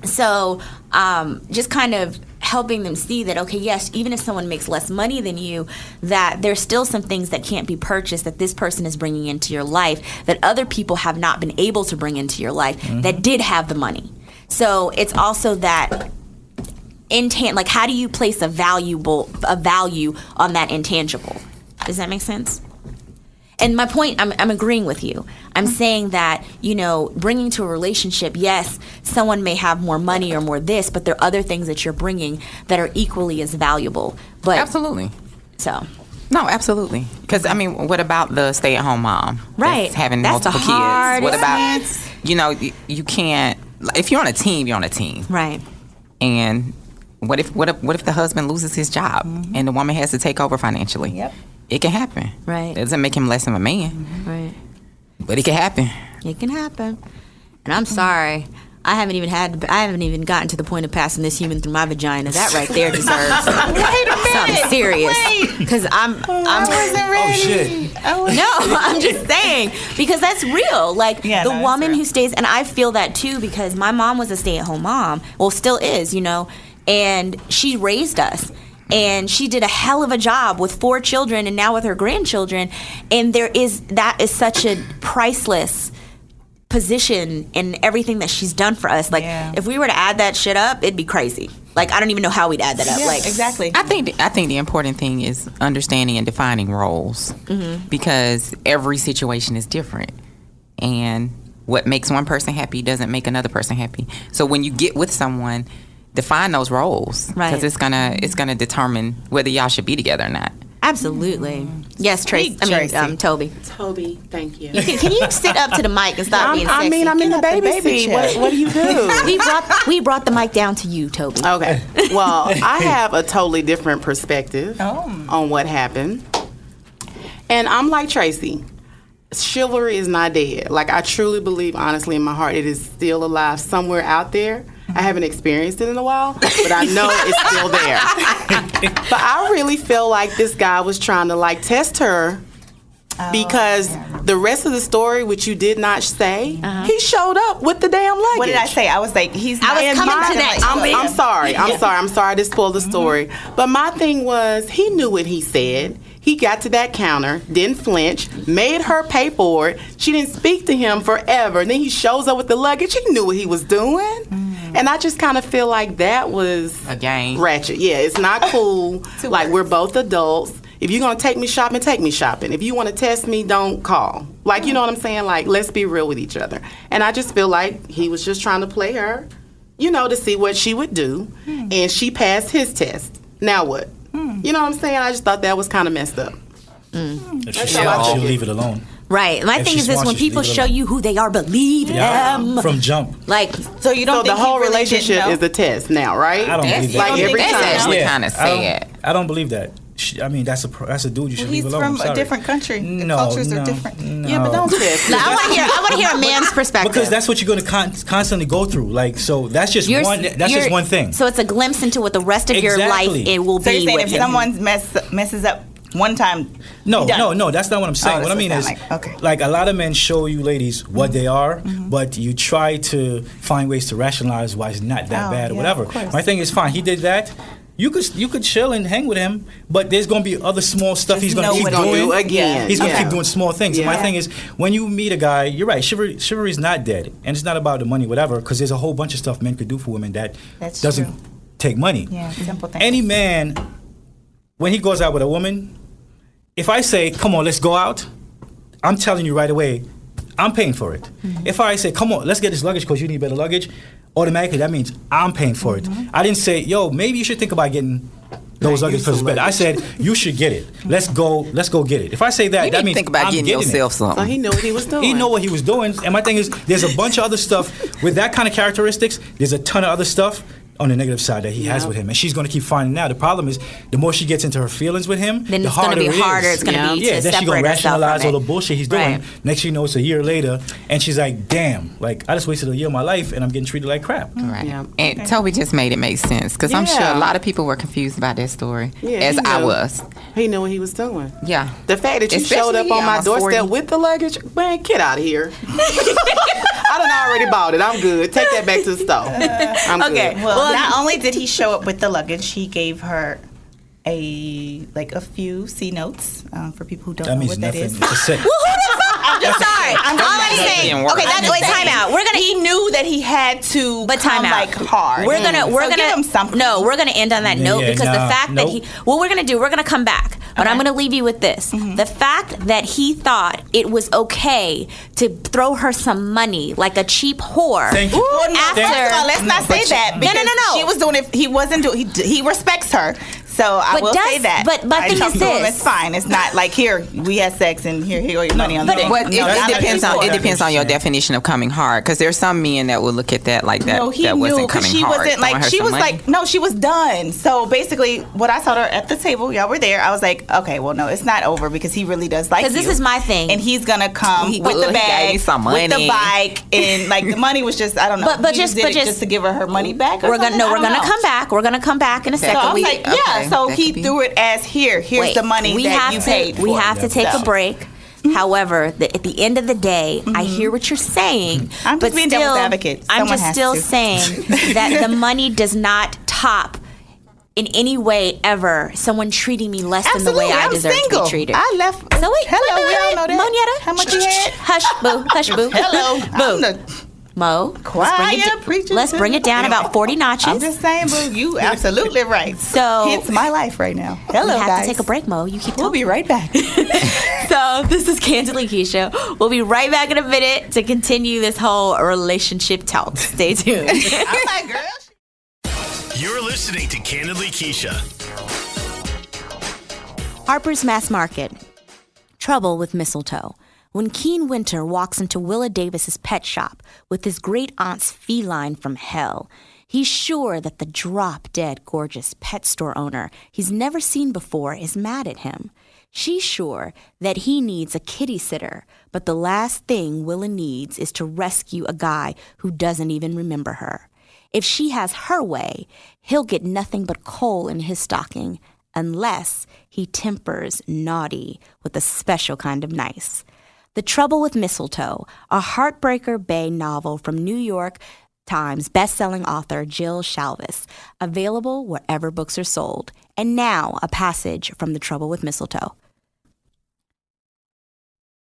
S1: so um, just kind of helping them see that okay yes even if someone makes less money than you that there's still some things that can't be purchased that this person is bringing into your life that other people have not been able to bring into your life that did have the money so it's also that intan like how do you place a valuable a value on that intangible does that make sense and my point, I'm, I'm agreeing with you. I'm saying that, you know, bringing to a relationship, yes, someone may have more money or more this, but there are other things that you're bringing that are equally as valuable. But
S3: absolutely.
S1: So,
S3: No, absolutely. Because I mean, what about the stay-at-home mom?
S1: Right.
S3: that's having
S1: That's the
S3: multiple kids. What
S1: hardest.
S3: about you know you, you can't if you're on a team, you're on a team.
S1: Right.
S3: And what if what if what if the husband loses his job and the woman has to take over financially?
S1: Mm-hmm. Yep. Mm-hmm.
S3: It can happen.
S1: Right.
S3: It doesn't make him less of a man,
S1: right.
S3: but it can happen.
S1: It can happen. And I'm sorry. I haven't even had. I haven't even gotten to the point of passing this human through my vagina. That right there deserves something serious. Because I'm. I'm
S2: Oh, shit.
S1: no, I'm just saying because that's real. Like the woman who stays, and I feel that too because my mom was a stay-at-home mom. Well, still is, you know, and she raised us. And she did a hell of a job with four children and now with her grandchildren. And there is that is such a priceless position and everything that she's done for us. Like if we were to add that shit up, it'd be crazy. Like I don't even know how we'd add that up.
S3: Yeah,
S1: like
S4: exactly.
S3: I think I think the important thing is understanding and defining roles because every situation is different, and what makes one person happy doesn't make another person happy. So when you get with someone, define those roles because
S1: Right.
S3: it's gonna it's gonna determine whether y'all should be together or not.
S1: Absolutely. Yes, Trace. I mean,
S3: Tracy.
S1: um, Toby.
S8: Toby, thank you.
S1: You can, can you sit up to the mic and stop
S8: I'm-
S1: being
S8: I
S1: sexy?
S8: mean, I'm in the baby seat. What- what do you do?
S1: we brought we brought the mic down to you, Toby.
S8: Okay. Well, I have a totally different perspective
S4: Oh.
S8: on what happened. And I'm like Tracy. Chivalry is not dead. Like I truly believe honestly in my heart it is still alive somewhere out there.
S4: Mm-hmm.
S8: I haven't experienced it in a while, but I know it's still there. but I really feel like this guy was trying to like test her
S4: Oh,
S8: because the rest of the story, which you did not say, he showed up with the damn luggage.
S4: Uh-huh. What did I say? I was like, he's. not-
S8: And my- I'm, I'm sorry. I'm
S4: Yeah. Mm-hmm.
S8: sorry. I'm sorry to spoil the story. But my thing was, he knew what he said. He got to that counter, didn't flinch, made her pay for it. She didn't speak to him forever. And then he shows up with the luggage. He knew what he was doing.
S4: Mm.
S8: And I just kind of feel like that was
S3: a game.
S8: Ratchet. Yeah, it's not cool. like we're both adults. If you're gonna take me shopping, take me shopping. If you want to test me, don't call. Like you know what I'm saying? Like let's be real with each other. And I just feel like he was just trying to play her, you know, to see what she would do. And she passed his test. Now what? You know what I'm saying? I just thought that was kind of messed up.
S7: If
S8: That's
S7: she
S8: how I
S7: smart, she'll
S8: think it-
S7: leave it alone.
S1: Right. My
S7: If
S1: thing
S7: she
S1: is this:
S7: smart,
S1: when
S7: she should
S1: people
S7: leave it
S1: show
S7: alone.
S1: you who they are, believe
S7: Yeah. Um,
S1: them.
S7: From jump.
S1: like, so you
S8: so the whole relationship is the test now, right?
S7: I don't believe that.
S8: Like every time.
S7: I don't- I don't believe that. She, I mean, that's a pro- that's a dude you should
S4: He's
S7: leave alone.
S4: from
S7: I'm sorry.
S4: a different country. The
S7: No,
S4: cultures
S7: no,
S4: are different.
S7: Yeah, but no. don't
S4: test.
S1: I want to hear. I want to hear a man's perspective.
S7: because that's what you're going to con- constantly go through. Like, so that's just
S1: You're-
S7: one. That's
S1: you're-
S7: just one thing.
S1: So it's a glimpse into what the rest of your
S7: Exactly.
S1: life it will
S7: So
S1: be.
S7: you're saying
S1: with
S7: if
S1: him.
S7: someone's
S4: mess messes up one time.
S7: No,
S4: done.
S7: no, no. That's not what I'm saying.
S4: Oh,
S7: what I
S4: that's
S7: mean
S4: what
S7: is,
S4: that like. Okay. Mm-hmm.
S7: like a lot of men show you ladies what they are, but you try to find ways to rationalize why it's not that
S4: Oh,
S7: bad or
S4: yeah,
S7: whatever.
S4: of course.
S7: My thing is, fine. He did that. You could you could chill and hang with him, but there's gonna be other small stuff he's gonna
S8: know
S7: keep
S8: what he'll
S7: doing
S8: do again.
S7: He's gonna
S8: Yeah.
S7: keep doing small things. My
S8: Yeah.
S7: thing is, when you meet a guy, you're right. Chivalry, chivalry's not dead, and it's not about the money, whatever. Because there's a whole bunch of stuff men could do for women that
S4: That's
S7: doesn't
S4: true.
S7: take money.
S4: Yeah, simple thing.
S7: Any man, when he goes out with a woman, if I say, come on, let's go out, I'm telling you right away, I'm paying for it.
S3: Mm-hmm.
S7: If I say, come on, let's get this luggage because you need better luggage, automatically that means I'm paying for
S3: Mm-hmm.
S7: it. I didn't say, yo, maybe you should think about getting those luggage because it's better. I said, you should get it. Let's go, let's go get it. If I say that,
S3: You
S7: that
S3: need to
S7: means
S3: think about
S7: I'm
S3: getting yourself something. So he
S8: knew what he was doing.
S7: He know what he was doing. And my thing is, there's a bunch of other stuff with that kind of characteristics. There's a ton of other stuff on the negative side that he has
S8: Yeah.
S7: with him, and she's going to keep finding out. The problem is, the more she gets into her feelings with him,
S1: Then
S7: the
S1: it's gonna
S7: harder
S1: be
S7: it is.
S1: harder. It's gonna
S7: yeah.
S1: be
S7: yeah.
S1: to
S7: then she's
S1: separate
S7: gonna
S1: herself from
S7: rationalize all
S1: it.
S7: the bullshit he's doing.
S1: Right.
S7: Next, she knows a year later, and she's like, "Damn, like I just wasted a year of my life, and I'm getting treated like crap."
S3: Right. And Toby just made it make sense because I'm sure
S8: Yeah.
S3: a lot of people were confused by this story,
S8: Yeah,
S3: as
S8: he
S3: I
S8: knew.
S3: was.
S8: He knew what he was doing.
S3: Yeah.
S8: The fact that you showed
S3: Especially
S8: up on my
S3: almost 40.
S8: doorstep with the luggage, man, get out of here. I done already bought it. I'm good. Take that back to the store. I'm
S4: okay.
S8: good.
S4: Well, not only did he show up with the luggage, he gave her a like a few C notes um, for people who don't
S7: That
S4: know
S7: means
S4: what
S7: nothing.
S4: that is.
S7: It's a set.
S4: I'm just sorry. I'm
S1: All
S4: just
S1: I'm saying-
S4: saying.
S1: okay, that's- wait, time out. We're gonna-
S4: He knew that he had to, but
S1: time out.
S4: like hard.
S1: We're gonna
S4: Mm.
S1: we're
S4: So
S1: gonna
S4: give him something.
S1: no. We're gonna end on that
S4: Yeah,
S1: note
S4: yeah,
S1: because the
S4: nah,
S1: fact that
S4: nope.
S1: he what we're gonna do we're gonna come back. But I'm going to leave you with this.
S4: Mm-hmm.
S1: The fact that he thought it was okay to throw her some money like a cheap whore
S4: Thank you. Well, no,
S1: after.
S4: First of all, let's not say that.
S1: No,
S4: Because
S1: no, no, no.
S4: She was doing it. He wasn't doing. He, d- he respects her. So I
S1: But
S4: will
S1: does-
S4: say that.
S1: but- but
S4: I
S1: thing
S4: talked
S1: is
S4: to him,
S1: this.
S4: It's fine. It's not like here we had sex and here here go your money on the
S3: But
S4: thing.
S3: it,
S4: No,
S3: it
S4: not like
S3: depends on it
S4: before.
S3: depends on your definition of coming hard because there's some men that will look at that like that.
S4: No, he
S3: that
S4: knew
S3: wasn't coming
S4: because she
S3: hard.
S4: wasn't
S3: Throwing
S4: like
S3: her
S4: she
S3: some
S4: was
S3: money.
S4: like no, she was done. So basically, what I saw her at the table, y'all were there. I was like, okay, well, no, it's not over because he really does like.
S1: 'Cause this
S4: you.
S1: is my thing.
S4: and he's gonna come
S1: He-
S4: with
S1: Well,
S4: the
S1: he gave
S4: bag,
S1: me some
S4: with the
S1: money.
S4: bike, and like the money was just I don't know.
S1: But- but
S4: He
S1: just-
S4: did
S1: but
S4: it
S1: just-
S4: to give her her money back. Or
S1: We're gonna
S4: something?
S1: no.
S4: I
S1: We're
S4: don't
S1: gonna
S4: know.
S1: come back. We're gonna come back in a
S4: So
S1: second.
S4: I was
S1: We-
S4: like, yeah. So he threw it as here. Here's
S1: Wait,
S4: the money
S1: we
S4: that
S1: have
S4: you
S1: to,
S4: paid.
S1: We
S4: for Mm-hmm.
S1: have to
S4: it."
S1: take
S4: So-
S1: a break. However, the, at the end of the day, I hear what you're saying. I'm
S4: Mm-hmm. just
S1: but
S4: being
S1: still,
S4: devil's advocate.
S1: I'm
S4: Someone
S1: just
S4: has
S1: still
S4: to.
S1: saying that the money does not top in any way ever someone treating me less
S4: Absolutely,
S1: than the way I
S4: I'm
S1: deserve
S4: single.
S1: to be treated.
S4: I left.
S1: So wait,
S4: hello,
S1: wait,
S4: we
S1: wait,
S4: all know that.
S1: Monietta,
S4: How much you had?
S1: Hush, boo. Hush, boo.
S4: Hello, I'm
S1: boo. Mo, let's
S4: choir
S1: bring it,
S4: preacher
S1: d- let's
S4: to
S1: bring
S4: the
S1: it down
S4: choir.
S1: about 40 notches.
S4: I'm just saying, boo, you absolutely right.
S1: So
S4: it's my life right now. Hello,
S1: we have
S4: guys.
S1: to take a break, Mo. You keep
S4: We'll be right back.
S1: so this is Candidly Keisha. We'll be right back in a minute to continue this whole relationship talk. Stay tuned.
S6: You're listening to Candidly Keisha.
S11: Harper's Mass Market.
S1: Trouble with mistletoe. When Keen Winter walks into Willa Davis's pet shop with his great aunt's feline from hell, he's sure that the drop dead gorgeous pet store owner he's never seen before is mad at him. She's sure that he needs a kitty sitter, but the last thing Willa needs is to rescue a guy who doesn't even remember her. If she has her way, he'll get nothing but coal in his stocking unless he tempers naughty with a special kind of nice. The Trouble with Mistletoe, a Heartbreaker Bay novel from New York Times bestselling author Jill Shalvis, available wherever books are sold. And now, a passage from The Trouble with Mistletoe.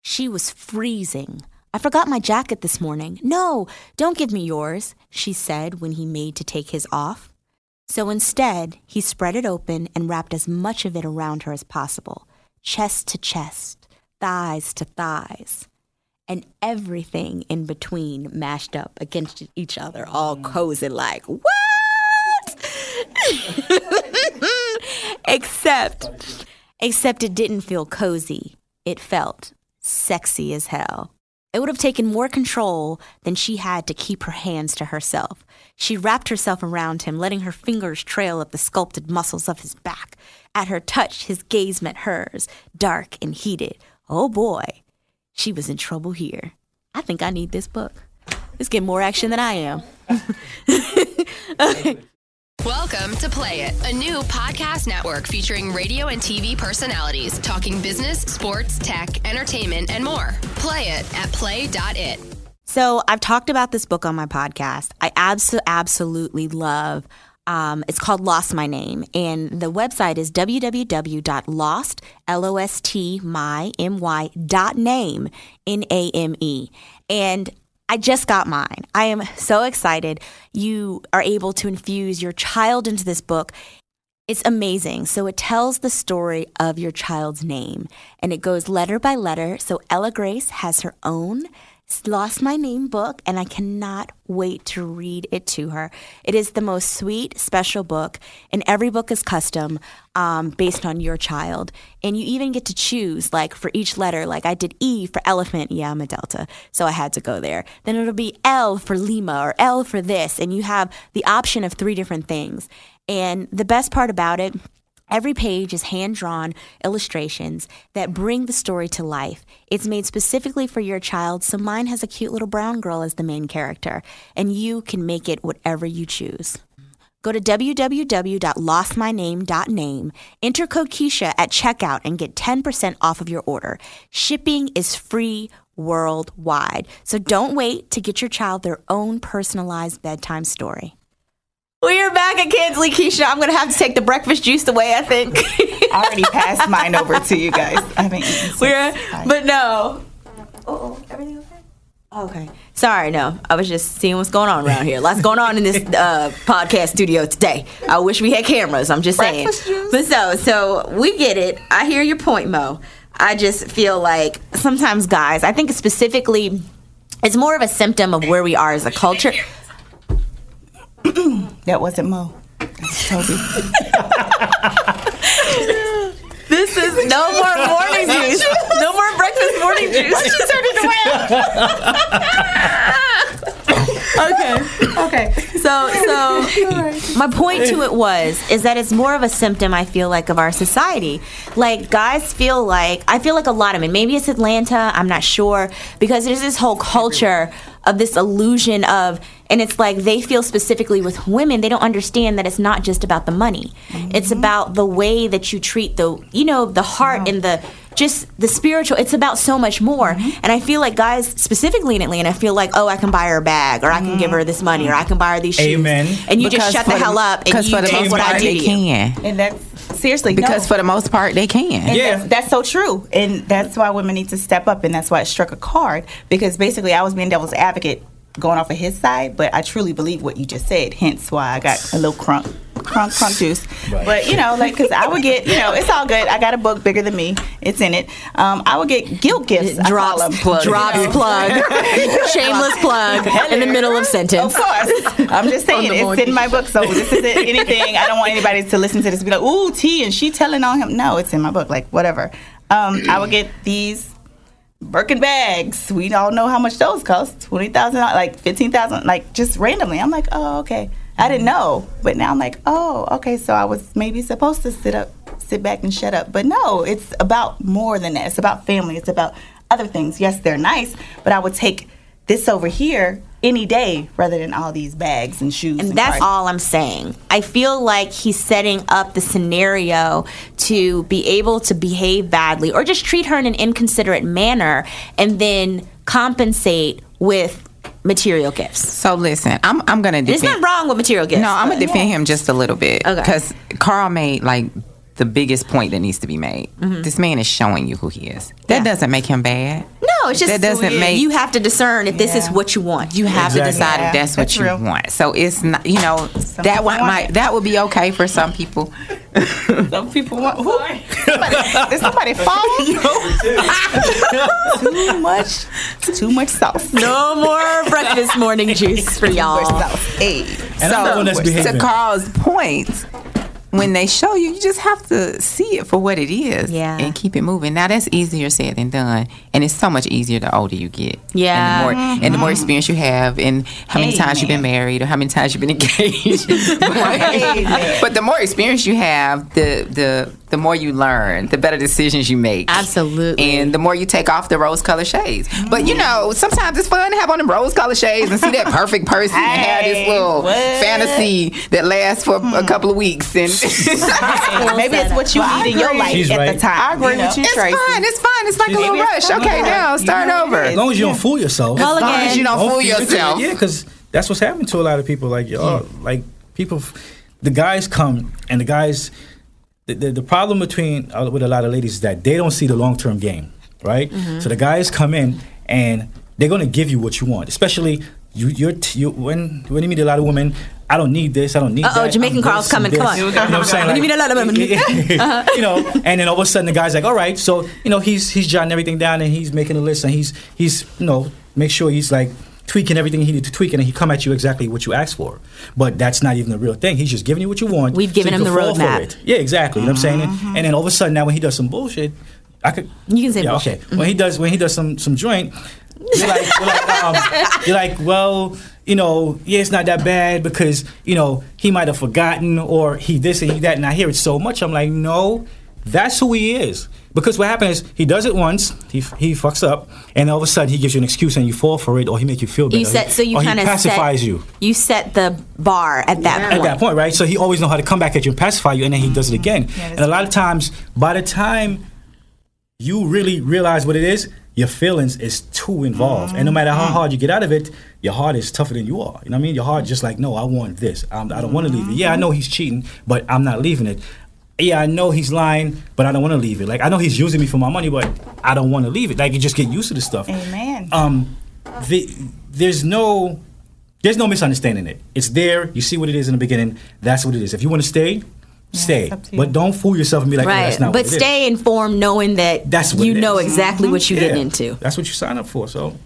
S1: She was freezing. I forgot my jacket this morning. No, don't give me yours, she said when he made to take his off. So instead, he spread it open and wrapped as much of it around her as possible, chest to chest, thighs to thighs, and everything in between mashed up against each other, all cozy like, what? except, except it didn't feel cozy. It felt sexy as hell. It would have taken more control than she had to keep her hands to herself. She wrapped herself around him, letting her fingers trail up the sculpted muscles of his back. At her touch, his gaze met hers, dark and heated. Oh boy, she was in trouble here. I think I need this book. It's getting more action than I am.
S10: Welcome to Play It, a new podcast network featuring radio and TV personalities talking business, sports, tech, entertainment, and more. Play it at play.it.
S1: So I've talked about this book on my podcast. I abso- absolutely love. Um, it's called Lost My Name, and the website is www.lost l o s t my m y dot name n a m e, and I just got mine. I am so excited. You are able to infuse your child into this book. It's amazing. So it tells the story of your child's name and it goes letter by letter. So Ella Grace has her own Lost My Name book, and I cannot wait to read it to her. It is the most sweet, special book, and every book is custom um, based on your child. And you even get to choose, like for each letter, like I did E for elephant. Yeah, I'm a Delta, so I had to go there. Then it'll be L for Lima or L for this. And you have the option of three different things. And the best part about it, every page is hand drawn illustrations that bring the story to life. It's made specifically for your child, so mine has a cute little brown girl as the main character, and you can make it whatever you choose. Go to www.lostmyname.name, enter code Keisha at checkout, and get 10% off of your order. Shipping is free worldwide, so don't wait to get your child their own personalized bedtime story. We are back at Kinsley Keisha. I'm gonna have to take the breakfast juice away. I think.
S4: I already passed mine over to you guys. I mean,
S1: We're but no. Okay. Sorry, no. I was just seeing what's going on around here. Lots going on in this uh, podcast studio today. I wish we had cameras. I'm just saying. But so, so we get it. I hear your point, Mo. I just feel like sometimes guys, I think specifically, it's more of a symptom of where we are as a culture.
S4: that wasn't Mo. That's Toby.
S1: This is no more morning juice. No more breakfast morning juice.
S4: I just turned
S1: around.
S4: it
S1: okay. Okay. So so my point to it was is that it's more of a symptom I feel like of our society. Like guys feel like I feel like a lot of men. Maybe it's Atlanta. I'm not sure because there's this whole culture of this illusion of and it's like they feel specifically with women they don't understand that it's not just about the money it's about the way that you treat the you know the heart and the just the spiritual it's about so much more and i feel like guys specifically in atlanta feel like oh i can buy her a bag or i can give her this money or i can buy her these shoes
S3: Amen.
S1: and you
S3: Because
S1: just shut the
S3: for the-
S1: hell up and
S3: because
S1: you
S3: for the
S1: take
S3: most
S1: what i
S3: part,
S1: do
S3: they
S1: to you.
S3: can.
S4: And that's seriously
S3: Because for the most part, they can.
S4: And that's, that's so true. And that's why women need to step up. And that's why it struck a chord because basically I was being devil's advocate going off of his side, but I truly believe what you just said. Hence why I got a little crunk. Crunk, crunk juice. But, you know, like, because I would get, you know, it's all good. I got a book bigger than me. It's in it. Um, I would get guilt gifts. Drops, I call 'em.
S1: plug. Drops plug. Shameless plug in the middle of sentence.
S4: Of course. I'm just
S1: On
S4: saying,
S1: the
S4: it's
S1: morning.
S4: in my book. So this isn't anything. I don't want anybody to listen to this and be like, ooh, T, and she telling on him. No, it's in my book. Like, whatever. Um, I would get these Birkin bags. We all know how much those cost. 20000 like 15000 like just randomly. I'm like, oh, okay. I didn't know. But now I'm like, oh, okay. So I was maybe supposed to sit up, sit back and shut up. But no, it's about more than that. It's about family. It's about other things. Yes, they're nice, but I would take this over here any day rather than all these bags and shoes. And,
S1: That's all I'm saying. I feel like he's setting up the scenario to be able to behave badly or just treat her in an inconsiderate manner and then compensate with material gifts.
S3: So listen, I'm I'm gonna.
S1: It's not
S3: defend-
S1: wrong with material gifts.
S3: No, I'm gonna
S1: but-
S3: defend him just a little bit because Carl made like the biggest point that needs to be made.
S4: Mm-hmm.
S1: Mhm.
S3: This man is showing you who he is. That doesn't make him bad.
S1: No, it's just
S3: That doesn't make-
S1: you have to discern if this is what you want.
S3: You have to decide if that's what you want. So it's not, you know, that one
S1: want
S3: might that would be okay for some people.
S4: some people want who? Somebody, did somebody fall? too much, too much sauce.
S1: No more breakfast morning juice for y'all.
S3: so to Carl's point, when they show you, you just have to see it for what it is
S1: Yeah.
S3: and keep it moving. Now that's easier said than done, and it's so much easier the older you get.
S1: Yeah. Mm-hmm.
S3: and the more, and the more experience you have, and how many times you've been married or how many times you've been engaged.
S1: Amen.
S3: but the more experience you have, the the the more you learn, the better decisions you make. Absolutely. And the more you take off the rose colored shades. But you know, sometimes it's fun to have on them rose colored shades and see that perfect person and have this
S4: Hey,
S3: little
S4: what?
S3: fantasy that lasts for a couple of weeks. And
S4: Maybe it's what you
S3: Well, I
S4: need in your
S3: agree.
S4: life
S3: She's
S4: at
S3: right.
S4: the time.
S3: I agree with you,
S4: It's
S3: Tracy.
S4: fun.
S3: It's fun. It's like
S4: a little rush. Okay, now start over.
S7: As long as you don't fool yourself.
S3: Well, As long again- as you don't fool yourself.
S7: Yeah, because that's what's happened to a lot of people. Like, y'all, like people, the guys come and the guys. The, the, the problem between uh, with a lot of ladies is that they don't see the long term game, right?
S1: Mm-hmm.
S12: Mhm.
S7: So the guys come in and they're gonna give you what you want, especially you. You're t- you when when you meet a lot of women. I don't need this. I don't need
S1: Uh-oh,
S7: that.
S1: Jamaican
S7: I'm
S1: Carl's
S7: this,
S1: coming,
S7: I'm
S1: come
S7: this.
S1: on.
S7: You know what I'm saying?
S1: When you meet a lot of women. Uh-huh.
S7: you know, and then all of a sudden the guy's like, all right, so you know he's he's jotting everything down and he's making a list and he's he's you know make sure he's like tweaking everything he need to tweak and he come at you exactly what you asked for. But that's not even the real thing. He's just giving you what you want. We've
S1: given him the roadmap.
S7: Yeah, exactly. You know what I'm saying? And, and then all of a sudden now when he does some bullshit, I could
S1: Mm-hmm. you can say
S7: yeah,
S1: bullshit.
S7: okay. When he does when he does some some joint, you're like, you're like, um, you're like, well, you know, yeah, it's not that bad because you know he might have forgotten or he this and he that, and I hear it so much. I'm like, no, that's who he is. Because what happens is he does it once, he, he fucks up, and all of a sudden he gives you an excuse and you fall for it, or he make you feel better.
S1: You set so you
S7: uh, or he
S1: kind of
S7: pacifies you
S1: You set the bar at that
S7: at
S1: point.
S7: that point, right? So he always know how to come back at you and pacify you, and then he does it again. and a lot of times, by the time you really realize what it is, your feelings is too involved, and no matter how hard you get out of it, your heart is tougher than you are. You know what I mean? Your heart just like, no, I want this. I'm, I don't want to leave it. Yeah, I know he's cheating, but I'm not leaving it. Yeah, I know he's lying, but I don't want to leave it. Like I know he's using me for my money, but I don't want to leave it. Like you just get used to this stuff.
S4: Amen.
S7: Um, the, there's no there's no misunderstanding it. It's there. You see what it is in the beginning. That's what it is. If you want to stay, stay. But don't fool yourself and be like, oh,
S1: right.
S7: that's not
S1: but
S7: what it is.
S1: stay informed knowing that
S7: That's what
S1: you
S7: it
S1: know
S7: is. Mm-hmm.
S1: exactly what you're
S7: Yeah.
S1: getting into.
S7: That's what you sign up for. So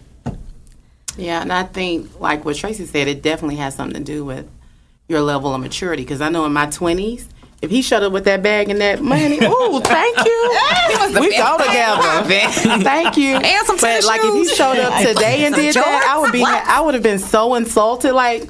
S8: Yeah, and I think like what Tracy said, it definitely has something to do with your level of maturity. Because I know in my twenties, if he showed up with that bag and that money, ooh, thank you, we go together. thank you.
S2: And some tennis
S8: but like if he
S2: shoes.
S8: showed up today and
S2: Some
S8: did that, I would be,
S2: jorts.
S8: I would have been so insulted. Like,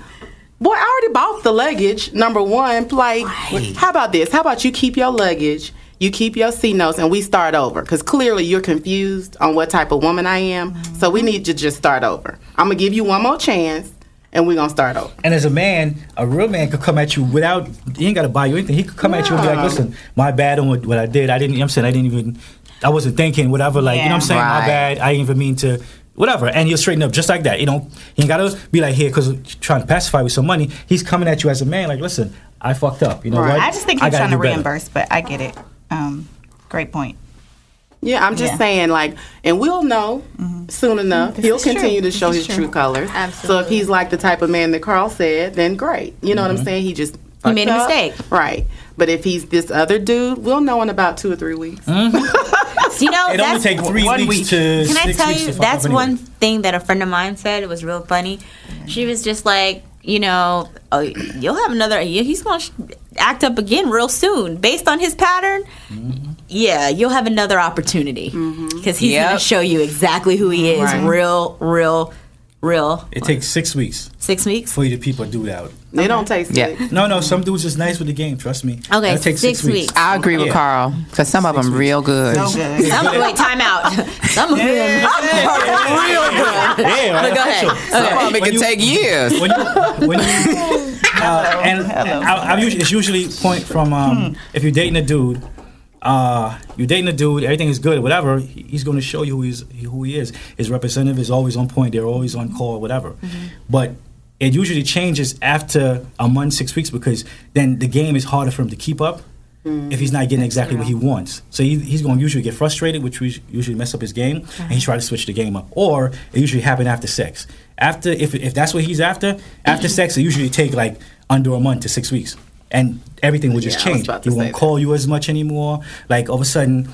S8: boy, I already bought the luggage. Number one, like, how about this? How about you keep your luggage? You keep your C notes and we start over because clearly you're confused on what type of woman I am. So
S2: Mm-hmm.
S8: we need to just start over. I'm gonna give you one more chance and we're gonna start over.
S7: And as a man, a real man could come at you without he ain't gotta buy you anything. He could come at you and be like,
S8: No.
S7: listen, my bad on what, what I did. I didn't you know what I'm saying I didn't even I wasn't thinking, whatever, like you know what I'm saying?
S8: Yeah.
S7: My bad, I didn't even mean to whatever. And he'll straighten up just like that. You know, he ain't gotta be like here because trying to pacify with some money. He's coming at you as a man, like, listen, I fucked up. You know
S4: Right.
S7: what?
S4: I just think he's
S7: gotta
S4: trying to
S7: do better.
S4: reimburse, but I get it. Um, great point.
S8: Yeah, I'm
S4: Yeah.
S8: just
S4: Mm-hmm.
S8: saying, like, and we'll know soon enough.
S4: This
S8: He'll
S4: is true.
S8: continue
S4: This
S8: to show
S4: is
S8: his
S4: true.
S8: true colors. So if
S4: Absolutely. Mm-hmm.
S8: he's like the type of man that Carl said, then great. You know what I'm saying? He just fucked
S1: made a
S8: up.
S1: mistake.
S8: right? But if he's this other dude, we'll know in about two or three weeks.
S1: You know,
S8: It only
S1: that's
S8: take three One weeks week. to
S1: Can I
S8: six
S1: tell
S8: weeks
S1: you?
S8: to fuck up
S1: That's
S8: anyway.
S1: one thing that a friend of mine said. It was real funny. She was just like, you know, oh, you'll have another. yeah, He's gonna sh- act up again real soon, based on his pattern.
S7: Mm-hmm.
S1: Yeah, you'll have another opportunity because he's gonna
S7: Yep.
S1: show you exactly who he is.
S7: Right.
S1: Real, real, real.
S7: It takes six weeks.
S1: Six weeks
S7: for you to people do that.
S4: Mm-hmm.
S8: They don't take six.
S7: No, no. Some dudes is nice with the game. Trust me.
S1: Okay,
S7: That takes six, weeks.
S3: I agree with
S7: Yeah.
S3: Carl because some of them real good.
S1: Some of wait, time out. Some of them are real good.
S7: Yeah,
S1: but go ahead.
S7: official.
S1: Okay.
S3: Some of it can take years.
S7: When you, when you uh, and I, I'm usually, it's usually point from um, if you're dating a dude, uh, you're dating a dude, everything is good, whatever. he- He's going to show you who he's who he is. His representative is always on point. They're always on call, whatever.
S8: Mm-hmm.
S7: But it usually changes after a month, six weeks, because then the game is harder for him to keep up if he's not
S8: Mm,
S7: getting exactly what he wants. So he, he's going to usually get frustrated, which we usually mess up his game, and
S8: Uh-huh.
S7: he try to switch the game up. Or it usually happen after sex. After if, if that's what he's after, after sex it usually take like under a month to six weeks, and everything will just
S8: Yeah, I was
S7: change.
S8: about to
S7: He
S8: say
S7: won't call you as much anymore. Like all of a sudden,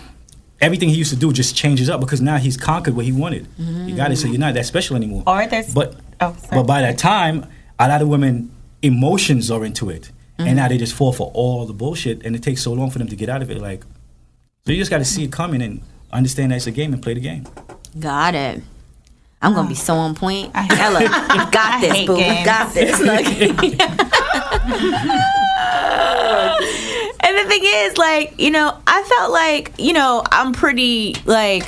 S7: everything he used to do just changes up because now he's conquered what he wanted. You got it. So you're not that special anymore.
S4: Or there's
S7: But
S4: oh,
S7: but by that time, a lot of women emotions are into it,
S4: Mm-hmm.
S7: and now they just fall for all the bullshit, and it takes so long for them to get out of it. Like, so you just got to see it coming and understand that it's a game and play the game.
S1: Got it. I'm gonna be so on point. Ella, you got
S4: I
S1: this,
S4: hate
S1: boo. You
S4: games.
S1: got this. Look. and the thing is, like, you know, I felt like, you know, I'm pretty like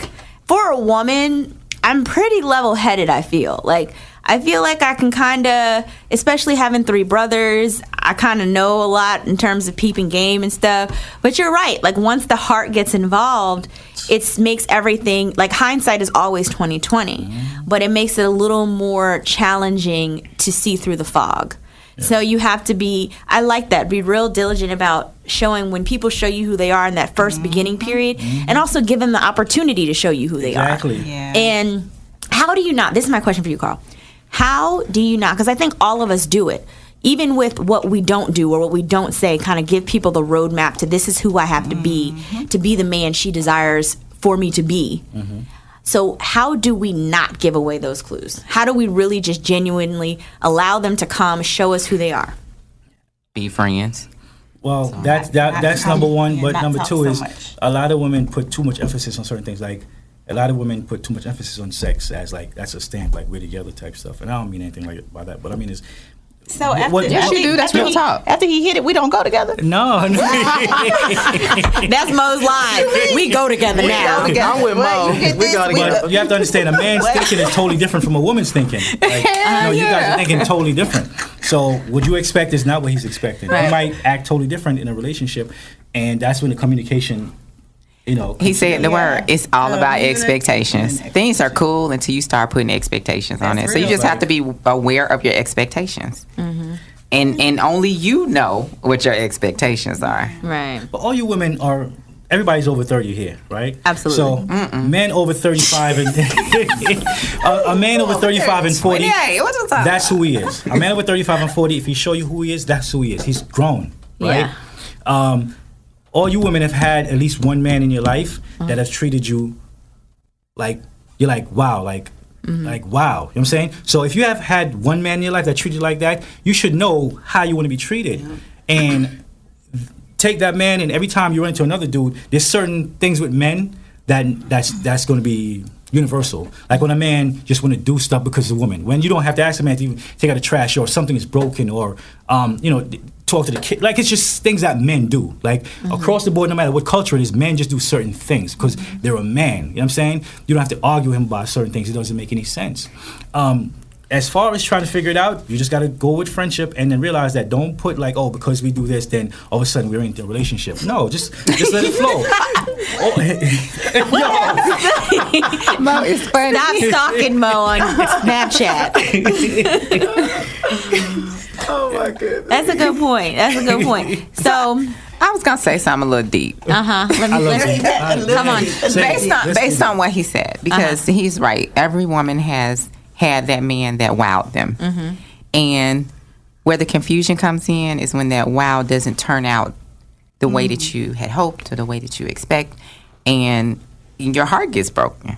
S1: for a woman, I'm pretty level headed, I feel. Like I feel like I can kinda especially having three brothers, I kinda know a lot in terms of peeping game and stuff. But you're right, like once the heart gets involved, it makes everything like hindsight is always twenty twenty. But it makes it a little more challenging to see through the fog. So you have to be, I like that, be real diligent about showing when people show you who they are in that 1st beginning period and also give them the opportunity to show you who they are.
S7: Exactly.
S1: And how do you not, this is my question for you, Carl. How do you not, because I think all of us do it, even with what we don't do or what we don't say, kind of give people the roadmap to this is who I have to be to be the man she desires for me to be. So, how do we not give away those clues? How do we really just genuinely allow them to come, show us who they are?
S3: Be friends.
S7: Well, that's that,
S3: not
S7: that's
S3: talk-
S7: number one.
S3: yeah,
S7: but
S3: not
S7: number
S3: talk
S7: two
S3: so
S7: is
S3: much.
S7: a lot of women put too much emphasis on certain things. Like a lot of women put too much emphasis on sex as like that's a stamp, like we're together type stuff. And I don't mean anything like by that. But I mean is
S4: So
S7: What-
S4: after,
S7: what-
S4: after
S7: Yes, you
S4: he-
S7: do. That's
S4: after
S7: real
S4: he-
S7: talk.
S4: After he hit it, we don't go together.
S7: no.
S1: That's Mo's line. We go together
S4: We
S1: now.
S4: go together. I'm with Mo.
S8: We go
S7: But you have to understand a man's thinking is totally different from a woman's thinking. Like, no, you guys
S1: yeah.
S7: are thinking totally different. So what you expect is not what he's expecting.
S3: Right.
S7: He might act totally different in a relationship, and that's when the communication, you know.
S3: He said the word. It's all
S7: Um,
S3: about
S7: you know,
S3: expectations. Things are cool until you start putting expectations on it.
S7: That's
S3: so you
S7: real,
S3: just have to
S7: like-
S3: be aware of your expectations, and and only you know what your expectations are.
S1: Right.
S7: But all you women are everybody's over 30 here, right?
S1: Absolutely.
S7: So men over 35 and a, a man
S5: Oh,
S7: over 35 and 40,
S5: 28, what you talking
S7: that's who he is. A man over 35 and 40, if he show you who he is, that's who he is. He's grown, right? Um, all you women have had at least one man in your life
S5: Uh-huh.
S7: that has treated you like you're like wow, like
S5: Mm-hmm.
S7: like wow. You know what I'm saying? So if you have had one man in your life that treated you like that, you should know how you want to be treated. And take that man and every time you run into another dude, there's certain things with men that that's that's gonna be universal. Like when a man just wanna do stuff because of a woman. When you don't have to ask a man to even take out the trash or something is broken or um, you know, th- talk to the kid. Like it's just things that men do. Like across the board, no matter what culture it is, men just do certain things because they're a man. You know what I'm saying? You don't have to argue him about certain things. It doesn't make any sense. Um, as far as trying to figure it out, you just got to go with friendship and then realize that don't put like, oh, because we do this, then all of a sudden we're in the relationship. No, just just let it flow. Oh,
S1: Mo is funny. Stop stalking Mo on Snapchat.
S5: Oh my goodness.
S1: That's a good point. That's a good point. So
S3: I was gonna say something a little deep.
S1: Uh huh. Let
S3: I
S1: me
S3: love
S1: listen.
S3: that.
S1: Come on.
S3: based on based on what he said, because he's right. Every woman has had that man that wowed them,
S2: Mhm.
S3: and where the confusion comes in is when that wow doesn't turn out the way that you had hoped or the way that you expect, and your heart gets broken.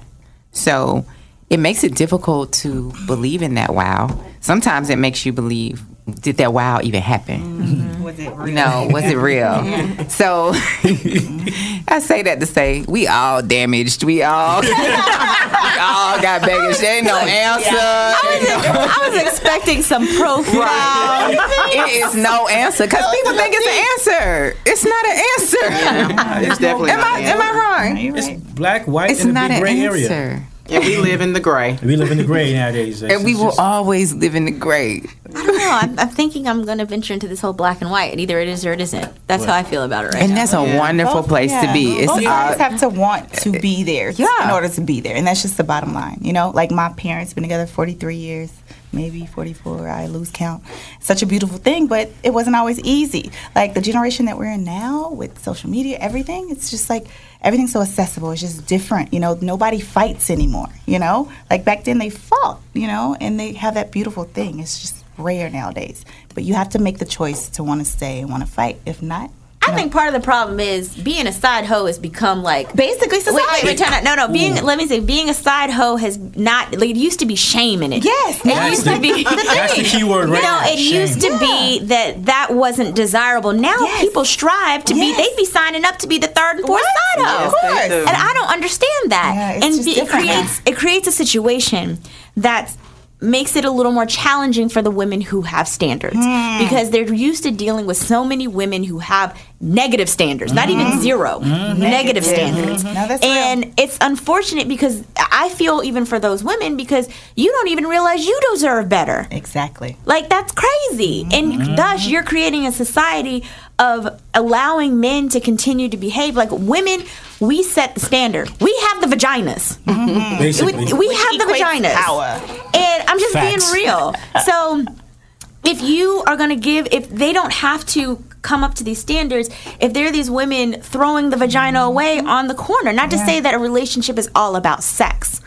S3: So it makes it difficult to believe in that wow. Sometimes it makes you believe, did that wow even happen?
S4: Was it real?
S3: No, was it real? So I say that to say we all damaged. We all we all got baggage. There ain't no answer.
S1: I was, I was expecting some profile.
S3: Right. it is no answer because people think it's an answer. It's not an answer.
S8: It's definitely.
S3: am
S8: not
S3: I
S8: the
S3: am
S8: answer.
S3: I wrong?
S7: Black, white,
S3: It's
S7: and
S3: not
S7: a
S3: an
S7: big gray
S3: answer.
S7: area.
S8: Yeah, we live in the gray.
S7: We live in the gray nowadays.
S3: And we will always live in the gray.
S1: I don't know. I'm, I'm thinking I'm going to venture into this whole black and white, and either it is or it isn't. That's how I feel about it right
S3: And
S1: now.
S3: that's a
S4: Oh,
S3: wonderful place to be. It's
S4: Both
S3: uh,
S4: sides have to want to be there in order to be there, and that's just the bottom line. You know, like my parents been together 43 years, maybe 44. I lose count. Such a beautiful thing, but it wasn't always easy. Like the generation that we're in now with social media, everything. It's just like everything's so accessible. It's just different. You know, nobody fights anymore. You know, like back then they fought. You know, and they have that beautiful thing. It's just rare nowadays. But you have to make the choice to want to stay and want to fight. If not,
S1: I think part of the problem is being a side hoe has become like basically Wait, wait, wait, time out. No, no. Being let me say, being a side hoe has not. Like, it used to be shame in it. Yes, it
S7: That's
S1: used
S7: the-
S1: to be.
S7: that's the key word
S1: No,
S7: right now,
S1: it
S7: shame.
S1: used to be that that wasn't desirable. Now people strive to be. They'd be signing up to be the third and fourth side hoe.
S4: Yes, they do.
S1: And I don't understand that.
S4: it's
S1: and
S4: just
S1: it
S4: different now.
S1: creates it creates a situation that makes it a little more challenging for the women who have standards
S4: Hmm.
S1: because they're used to dealing with so many women who have negative standards not even
S7: Hmm.
S1: 0 negative
S4: Hmm. Negative.
S1: standards
S4: Mhm. No, that's
S1: and it's unfortunate because i feel even for those women because you don't even realize you deserve better
S4: exactly.
S1: like that's crazy.
S2: Mm-hmm.
S1: And thus you're creating a society of allowing men to continue to behave like women. We set the standard. We have the vaginas.
S2: Basically.
S1: We, we
S2: Which
S1: have the
S2: equates
S1: vaginas.
S2: power.
S1: And I'm just
S2: Facts.
S1: being real. So if you are going to give if they don't have to come up to these standards if there are these women throwing the
S2: Mm-hmm.
S1: vagina away on the corner not to say that a relationship is all about sex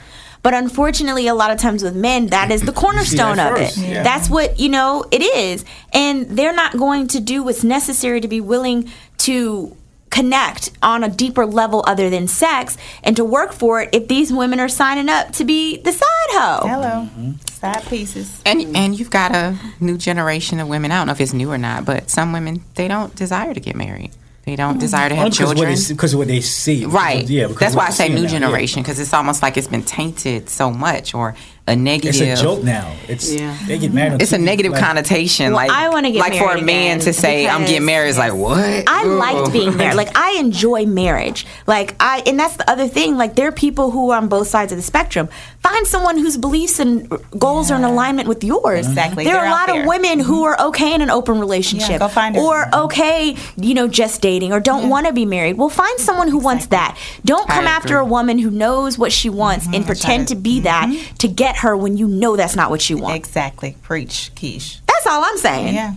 S1: but unfortunately a lot of times with men that is the cornerstone of it
S2: first, yeah.
S1: that's what you know it is and they're not going to do what's necessary to be willing to connect on a deeper level other than sex and to work for it if these women are signing up to be the side hoe
S4: hello side pieces
S1: Mm.
S3: And and you've got a new generation of women. I don't know if it's new or not, but some women they don't desire to get married. They
S1: Mm.
S3: don't desire to have children.
S7: because of what they see.
S3: Right.
S7: Yeah. because
S3: That's
S7: what
S3: why I
S7: they're
S3: say
S7: seeing
S3: new
S7: now, yeah.
S3: generation because it's almost like it's been tainted so much or a negative.
S7: It's a joke now. It's they get mad. on
S3: It's a
S7: TV,
S3: negative
S7: like-
S3: connotation.
S1: Well,
S3: like
S1: I wanna get
S3: like for a
S1: married
S3: man
S1: again
S3: to say I'm getting
S1: because-
S3: married is like what?
S1: I
S3: Ooh.
S1: liked being there. Like I enjoy marriage. Like I and that's the other thing. Like there are people who are on both sides of the spectrum. Find someone whose beliefs and goals are in alignment with yours.
S4: Exactly.
S1: There are
S4: They're
S1: a
S4: out
S1: lot
S4: there. Mm-hmm.
S1: of women who are okay in an open relationship.
S4: go find her.
S1: or okay, you know, just dating or don't want to be married. Well find someone who wants that. Don't
S4: I
S1: come after a
S4: agree. Mm-hmm.
S1: woman who knows what she wants and pretend to be that to get her when you know that's not what you want.
S4: Exactly. Preach, Keish.
S1: That's all I'm saying.
S4: Yeah.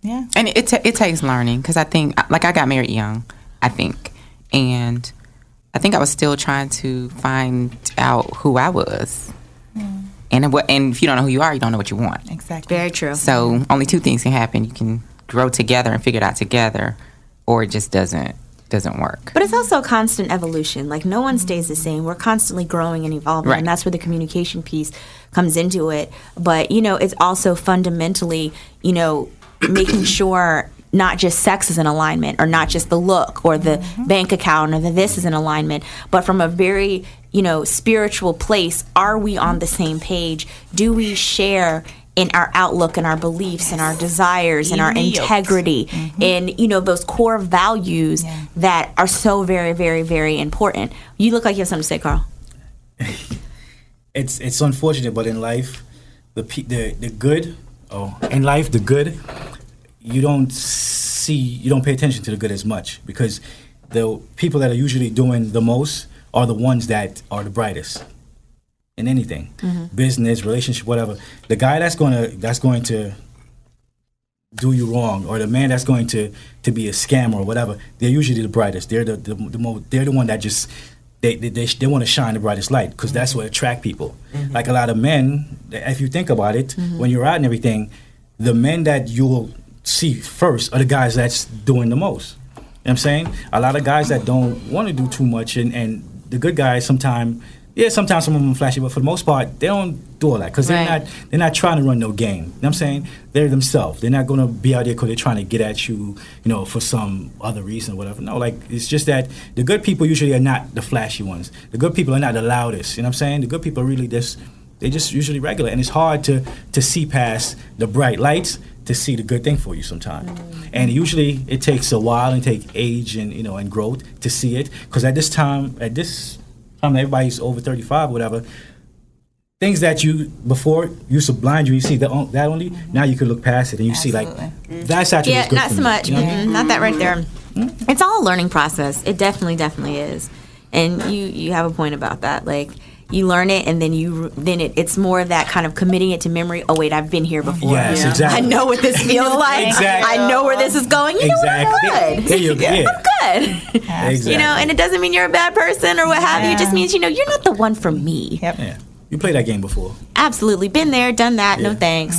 S4: Yeah.
S3: And it ta it takes learning because I think like I got married young, I think, and I think I was still trying to find out who I was.
S1: Mm.
S3: And what and if you don't know who you are, you don't know what you want.
S1: Exactly. Very true.
S3: So only two things can happen. You can grow together and figure it out together or it just doesn't doesn't work.
S1: But it's also constant evolution. Like no one stays the same. We're constantly growing and evolving,
S3: Right.
S1: and that's where the communication piece comes into it. But you know, it's also fundamentally, you know, making sure not just sex is in alignment, or not just the look, or the bank account, or the this is in alignment, but from a very you know spiritual place. Are we on the same page? Do we share? In our outlook and our beliefs and our desires and our
S11: Be yoked.
S1: integrity and you know those core values that are so very very very important you look like you have something to say carl
S7: it's it's unfortunate, but in life, the pe- the the good, oh, in life the good, you don't see, you don't pay attention to the good as much because the people that are usually doing the most are the ones that are the brightest in anything, business, relationship, whatever. The guy that's gonna that's going to do you wrong, or the man that's going to to be a scammer or whatever, they're usually the brightest. They're the the, the mo They're the one that just they they they, sh- they want to shine the brightest light because that's what attract people. Like a lot of men, th- if you think about it, when you're out and everything, the men that you'll see first are the guys that's doing the most. You know what I'm saying a lot of guys that don't want to do too much, and and the good guys sometimes. Yeah, sometimes some of them flashy, but for the most part, they don't do all that because they're
S12: Right.
S7: not they're not trying to run no game. You know what I'm saying? They're themselves. They're not going to be out there because they're trying to get at you, you know, for some other reason or whatever. No, like, it's just that the good people usually are not the flashy ones. The good people are not the loudest. You know what I'm saying? The good people are really just, they just usually regular. And it's hard to, to see past the bright lights to see the good thing for you sometimes. And usually it takes a while and take age and, you know, and growth to see it. Because at this time, at this time, that everybody's over 35 or whatever, things that you before used to blind you. You see that on, that only now you can look past it and you see like Mm-hmm. that's actually
S1: yeah
S7: what's good
S1: not
S7: for
S1: so
S7: me,"
S1: much
S7: you know what I
S1: Mm-mm,
S7: mean?
S1: not that right there it's all a learning process it definitely definitely is and you you have a point about that like you learn it and then you then it, it's more of that kind of committing it to memory oh wait i've been here before
S7: Yes, Yeah. exactly.
S1: i know what this feels like
S7: Exactly.
S1: i know where this is going you know what i'm
S7: Exactly.
S1: good
S7: There you go. Yeah.
S1: i'm good You know, and it doesn't mean you're a bad person or what have you. It just means, you know, you're not the one for me.
S4: Yep.
S7: Yeah. You played that game before.
S1: Absolutely. Been there, done that. No
S8: Yeah.
S1: thanks.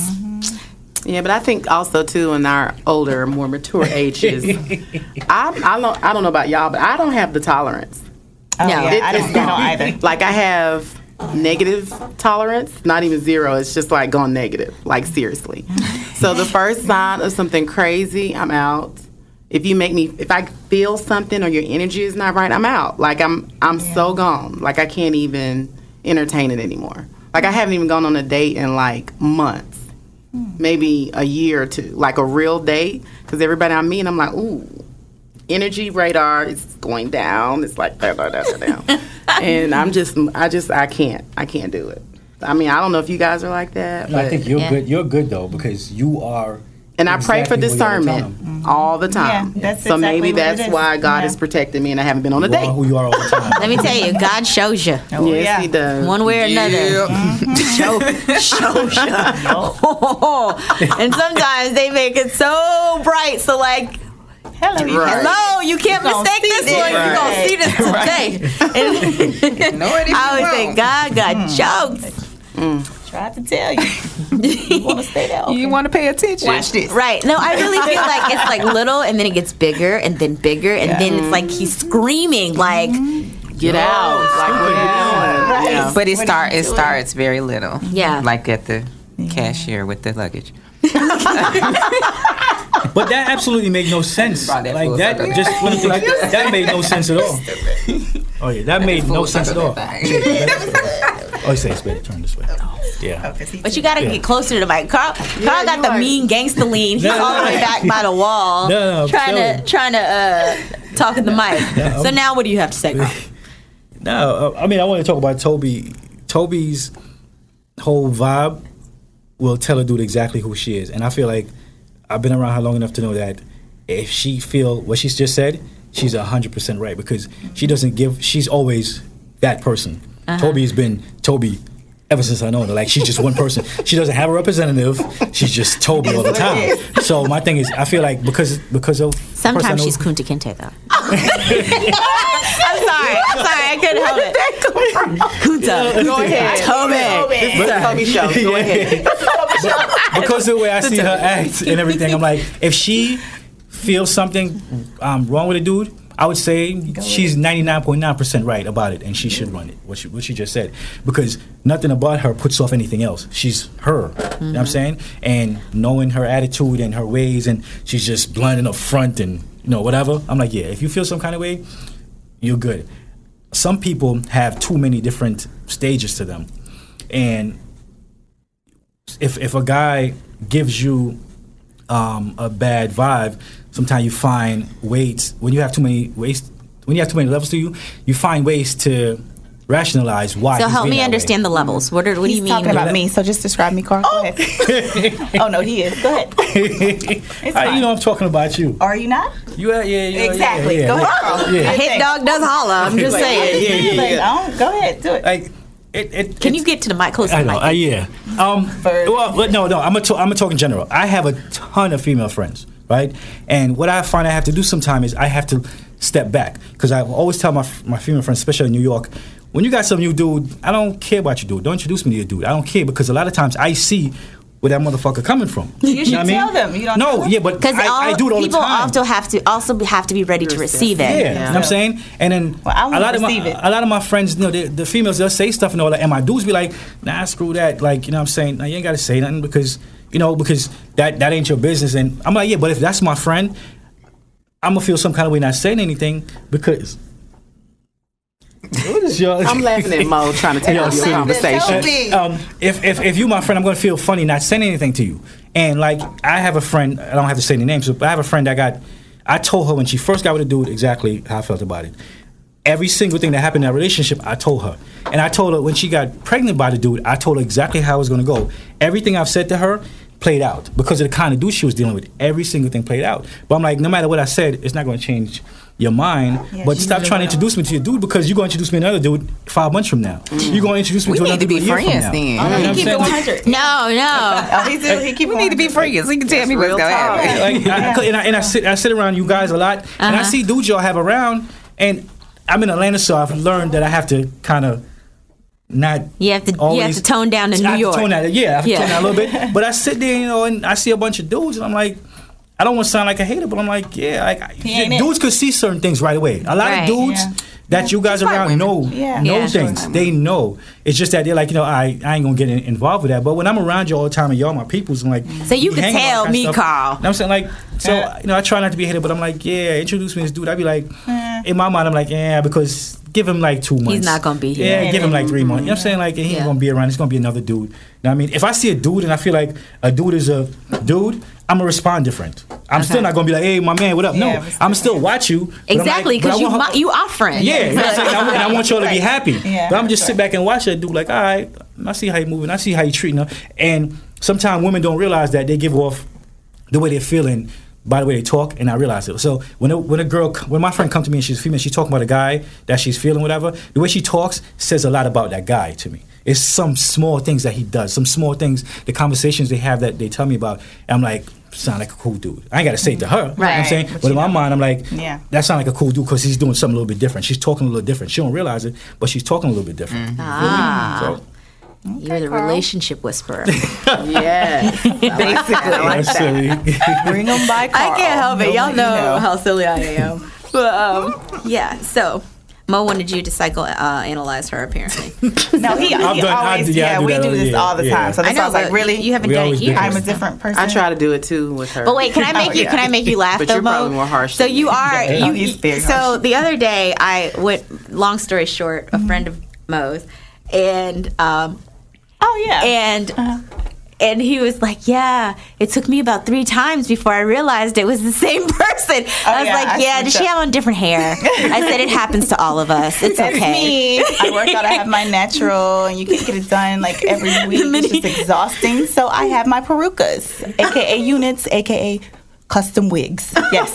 S8: Yeah, but I think also too in our older, more mature ages, I I don't I don't know about y'all, but I don't have the tolerance.
S4: Oh, No. yeah, I don't- I don't either.
S8: Like I have negative tolerance, not even zero. It's just like gone negative, like seriously. so the first sign of something crazy, I'm out. If you make me, if I feel something or your energy is not right, I'm out. Like I'm I'm so gone. Like I can't even entertain it anymore. Like I haven't even gone on a date in like months maybe a year or two, like a real date, because everybody I meet, I'm like, ooh, energy radar is going down. It's like da da da da down, and I'm just, I just, I can't, I can't do it. I mean, I don't know if you guys are like that.
S7: No, I
S8: but-
S7: think you're good. You're good though because you are.
S8: And I pray for
S7: exactly what you gotta tell
S8: discernment all the time.
S4: Yeah, that's
S8: so
S4: exactly
S8: maybe
S4: what it
S8: that's
S4: is.
S8: why God
S4: Yeah.
S8: has protected me, and I haven't been on a
S7: You are
S8: date.
S7: who you are all the time.
S1: Let me tell you, God shows you.
S8: Oh, Yes, yeah. he does.
S1: One way or another.
S8: Yep.
S1: Show, shows you. and sometimes they make it so bright. So, like,
S4: hello,
S1: you,
S4: Right.
S1: hello, you can't
S4: You gonna
S1: mistake
S4: see
S1: this
S4: this.
S1: one. You're going to
S4: Right.
S1: see this today. And I always say, God got
S4: Hmm.
S1: jokes.
S4: Tried to tell you. you want to stay there? You want to pay attention? Watch this.
S1: Right. No, I really feel like it's like little and then it gets bigger and then bigger and then it's like he's screaming like
S8: get out.
S1: Yeah.
S3: But it
S1: What are
S3: start
S1: you
S3: it
S1: doing?
S3: starts very little.
S1: Yeah.
S3: Like at the cashier with the luggage.
S7: But that absolutely made no sense. like that just like, that made no sense at all. Oh yeah, that made no sense at all. Oh, you say it's better turn this way.
S1: Oh.
S7: Yeah.
S1: But you gotta
S7: Yeah.
S1: get closer to the mic. Carl, Carl got the mean gangster lean. He's
S7: No, no,
S1: all the way
S7: no.
S1: back by the wall,
S7: No, no, I'm
S1: trying to trying to uh, talk at the mic.
S7: No,
S1: so
S7: I'm-
S1: now, what do you have to say? Carl?
S7: No, uh, I mean I want to talk about Toby. Toby's whole vibe will tell a dude exactly who she is, and I feel like I've been around her long enough to know that if she feel what she's just said, she's hundred percent right because she doesn't give. She's always that person.
S12: Uh-huh.
S7: Toby's been Toby ever since I know her. Like she's just one person. she doesn't have a representative. She's just Toby all the
S1: That's what
S7: time.
S1: it
S7: So my thing is, I feel like because because of
S1: Sometimes she's Kunta Kinte though. I'm sorry. I'm sorry. I couldn't help it. Who does?
S8: Go ahead.
S1: Toby.
S8: This is a Toby show. Go ahead.
S7: because the way I see her act and everything, I'm like, if she feels something um, wrong with a dude, I would say she's 99.9% right about it, and she should run it. What she, what she just said, because nothing about her puts off anything else. She's her. You know what I'm saying, and knowing her attitude and her ways, and she's just blunt and upfront and you know whatever. I'm like, yeah, if you feel some kind of way, you're good. Some people have too many different stages to them, and if if a guy gives you um, a bad vibe, sometimes you find ways when you have too many ways when you have too many levels to you, you find ways to rationalize why.
S1: So
S7: he's
S1: help
S7: being
S1: me
S7: that way.
S1: understand the levels. What, are, what do you
S4: He's
S1: mean?
S4: talking about me, so just describe me, Carl. Oh. oh no, he is. Go ahead.
S7: I, you know, I'm talking about you.
S4: Are you not?
S7: You are, yeah, yeah,
S4: Exactly.
S7: Yeah, yeah,
S4: Go ahead,
S7: yeah.
S4: Carl.
S7: Yeah.
S1: A hit dog does holler. I'm just
S7: Like,
S1: saying.
S7: yeah, yeah, yeah, yeah.
S4: Like, oh, go ahead, do it.
S7: Like, it, it,
S1: Can you get to the mic closer?
S7: I
S1: to the
S7: know.
S1: mic?
S7: Uh, yeah. Um. Well, but no, no. I'm a. To, I'm a talk in general. I have a ton of female friends, right? And what I find I have to do sometimes is I have to step back because I always tell my f- my female friends, especially in New York, when you got some new dude, I don't care about your dude. Don't introduce me to your dude. I don't care because a lot of times I see. Where that motherfucker coming from?
S1: You should
S7: know what I mean?
S1: tell them. You don't
S7: no,
S1: tell them.
S7: yeah, but
S1: Because
S7: I, I do it all the
S1: people
S7: time.
S1: also have to also have to be ready to receive it.
S7: Yeah, you know what I'm saying? And then
S1: wanna
S7: a lot of my
S1: receive it.
S7: a lot of my friends, you know, the, the females they'll say stuff and all that, and my dudes be like, nah, screw that. Like, you know what I'm saying? Nah, you ain't gotta say nothing because you know, because that that ain't your business. And I'm like, yeah, but if that's my friend, I'm gonna feel some kind of way not saying anything because what is your
S8: I'm laughing at Mo trying to take
S7: Yo,
S8: over your
S7: see,
S8: conversation.
S7: uh, Um, if, if if you my friend, I'm gonna feel funny not saying anything to you. And like I have a friend, I don't have to say any names, but I have a friend that got. I told her when she first got with a dude exactly how I felt about it. Every single thing that happened in that relationship, I told her. And I told her when she got pregnant by the dude, I told her exactly how it was gonna go. Everything I've said to her played out because of the kind of dude she was dealing with. Every single thing played out. But I'm like, no matter what I said, it's not gonna change your mind. but stop trying to introduce me to your dude because you're gonna introduce me to another dude five months from now. You're gonna introduce me
S3: We
S7: to
S3: need
S7: another
S3: to be
S7: dude a year from
S3: friends
S7: now.
S3: then.
S7: You know what I'm saying?
S1: No, no.
S4: Oh, he do. He keep.
S3: We need to be friends. You can tell me what's going on.
S7: Like, I, and I, and I sit I sit around you guys a lot, and I
S3: Uh-huh.
S7: see dudes y'all have around, and I'm in Atlanta, so I've learned that I have to kind of not.
S1: You have to you have
S7: always-
S1: to tone down to
S7: I
S1: New
S7: have
S1: York.
S7: tone down, yeah, I have to
S1: Yeah.
S7: tone down a little bit. But I sit there, you know, and I see a bunch of dudes, and I'm like. I don't want to sound like a hater, but I'm like, yeah, like I-
S4: He ain't it.
S7: dudes could see certain things right away. A lot
S4: Right.
S7: of dudes
S4: Yeah.
S7: that you guys around know
S4: Yeah.
S7: know
S4: Yeah.
S7: things. They know. It's just that they're like, you know, I, I ain't gonna get in- involved with that. But when I'm around you all the time and y'all my peoples, I'm like,
S1: So you
S7: we
S1: can
S7: hang about
S1: tell
S7: that
S1: me,
S7: stuff.
S1: Carl.
S7: You know what I'm saying like, so you know, I try not to be a hater, but I'm like, yeah, introduce me to this dude. I'd be like, in my mind, I'm like, yeah, because give him like two months.
S1: not gonna be here.
S7: Yeah, give him like three months. You know what I'm saying? Like, he ain't gonna be around. It's gonna be another dude. You know what I mean? If I see a dude and I feel like a dude is a dude. I'm gonna respond different. I'm still not gonna be like, "Hey, my man, what up?"
S1: Uh-huh. Yeah,
S7: no, I'm still watch you. but I'm like-
S1: Exactly,
S7: but I
S1: because you
S7: want her-
S1: mi- you are friends.
S7: yeah, you know what I'm saying? I want- and I want y'all to be
S1: Right.
S7: happy.
S1: Yeah,
S7: but I'm
S1: that's
S7: just sit back and watch that dude. Like, all right, I see how you moving. I see how you treating her. And sometimes women don't realize that they give off the way they're feeling by the way they talk, and I realize it. So when a, when a girl, when my friend come to me and she's female, she's talking about a guy that she's feeling, whatever. The way she talks says a lot about that guy to me. It's some small things that he does, some small things, the conversations they have that they tell me about. And I'm like, sound like a cool dude. I ain't gotta say it to her. You know what I'm
S4: Right.
S7: saying,
S4: But
S7: but, in my mind, I'm like,
S4: Yeah.
S7: that sounds like a cool dude because he's doing something a little bit different. She's talking a little different. She don't realize it, but she's talking a little bit different.
S4: Mm-hmm.
S1: Ah.
S7: So,
S1: You're the relationship whisperer.
S8: Yes.
S1: I like
S7: that's
S1: that.
S7: silly.
S4: Bring them by
S1: I can't help it. Y'all
S4: Nobody know.
S1: know how silly I am. But um, yeah. So Mo wanted you to psycho uh, analyze her apparently.
S4: No, he, he
S7: I've
S4: always.
S7: done- I do- yeah, I
S4: yeah,
S7: do
S4: we
S7: that
S4: do
S7: all-
S4: this
S7: yeah,
S4: all the
S7: yeah.
S4: time. So
S1: I
S4: that's why
S1: know,
S4: I was like,
S1: but
S4: really,
S1: you haven't We done it always do years.
S4: I'm a different person.
S8: I try to do it too with her.
S1: But wait, can I make you? Can I make you laugh?
S8: But
S1: though,
S8: you're
S1: Mo?
S8: probably more harsh
S1: So
S8: than
S1: you
S8: me.
S1: are.
S8: Yeah.
S1: you-
S8: He's very
S1: so the other day, I went. Long story short, a friend of Mo's, and um,
S4: oh yeah,
S1: and. And he was like, "Yeah, it took me about three times before I realized it was the same person." I was
S4: Oh, yeah, I
S1: like, "Yeah,
S4: switch
S1: does she
S4: up.
S1: have on different hair?" I said, "It happens to all of us. It's
S4: That's
S1: okay."
S4: me. I work out. I have my natural, and you can't get it done like every week. It's just exhausting. So I have my perucas, aka units, aka custom wigs. Yes,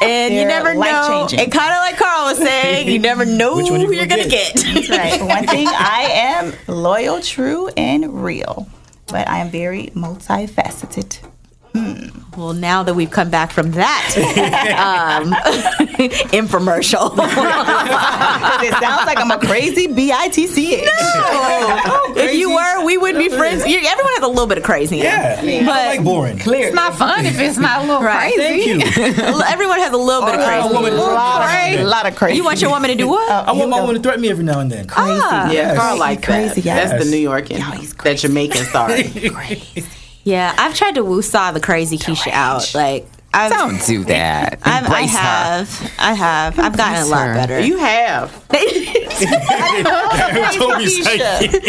S1: And you
S4: They're
S1: never know.
S4: life-changing.
S1: And kind of like Carl was saying, you never know
S4: Which one you
S1: who you're
S4: gonna
S1: gonna get.
S4: that's right. For one thing, I am loyal, true, and real, but I am very multifaceted.
S1: Well, now that we've come back from that um, infomercial,
S4: Oh, it sounds like I'm a crazy bitch.
S1: No, if you were, we would be friends. You, everyone has a little bit of crazy. in
S4: Yeah.
S1: them.
S4: Yeah.
S1: but
S4: I like boring.
S1: Clear.
S4: It's not fun if it's not a little crazy. Thank
S1: you. everyone has a little
S4: Oh,
S1: bit of
S7: I
S1: crazy.
S7: want my woman to threaten me.
S1: You want your woman to do what?
S3: Oh.
S7: I want my woman to threaten me every now and then. Crazy.
S1: Ah.
S8: Yeah, girl like
S1: Crazy,
S8: that.
S1: yes.
S8: That's the New York in me. that Jamaican sorry.
S1: Yeah, I've tried to woo-saw the crazy Keisha out. Like, I've,
S3: Don't do that.
S1: I've, I
S3: Embrace her.
S1: have. I have. I've gotten a
S3: Embrace
S1: lot
S3: her.
S1: better.
S8: You have. Keisha.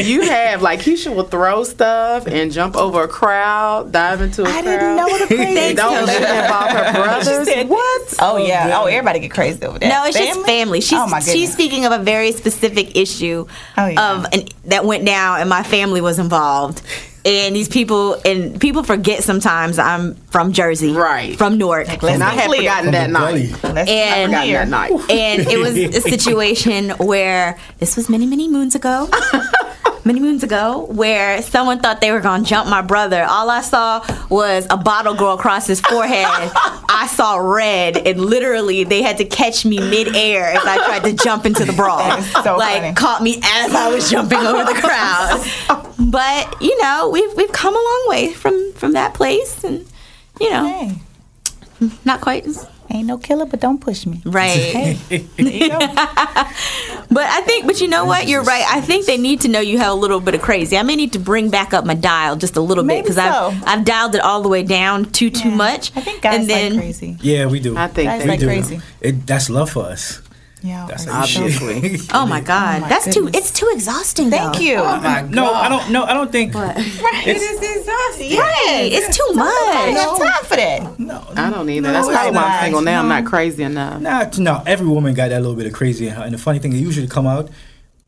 S8: you have like Keisha will throw stuff and jump over a crowd, dive into a crowd.
S4: didn't know what a crazy
S8: Don't let it involve her brothers.
S4: what? Oh yeah. Oh, everybody get crazy over that.
S1: No, it's just family. She's
S4: oh my goodness.
S1: she's speaking of a very specific issue of an, that went down, and my family was involved. And these people and people forget sometimes I'm from Jersey, right? From Newark,
S8: let's And I be had clear. forgotten From that the night. belly. Let's be
S1: And
S8: clear. I forgotten that night.
S1: and it was a situation where this was many many moons ago. Many moons ago, where someone thought they were gonna jump my brother. All I saw was a bottle girl across his forehead. I saw red, and literally they had to catch me midair as I tried to jump into the brawl. like caught me as I was jumping over the crowd. But you know, we've we've come a long way from from that place, and you know, not quite.
S4: Ain't no killer, but don't push me.
S1: Right. but I think, but you know what? You're right. I think they need to know you have a little bit of crazy. I may need to bring back up my dial just a little bit because I've I've dialed it all the way down too too much. I think
S4: guys
S1: and
S4: like
S1: then,
S4: crazy.
S7: Yeah, we do.
S1: I think Guys
S7: we
S1: they- like
S7: do.
S1: crazy.
S7: It, that's love for us.
S4: Yeah,
S7: that's
S8: obviously.
S1: Oh my God,
S7: my
S1: that's too.
S7: goodness.
S1: It's too exhausting.
S7: Thank
S1: though.
S7: you. Oh my No, I don't. No, I don't think.
S4: Right.
S7: It's-
S4: it is exhausting.
S1: Right. It's too much.
S4: I don't have time for that.
S8: I don't either.
S7: No,
S8: That's
S7: it's
S8: probably why
S7: not.
S8: I'm single now. I'm not crazy enough.
S7: Nah, t- no. Every woman got that little bit of crazy in her, and the funny thing, it usually come out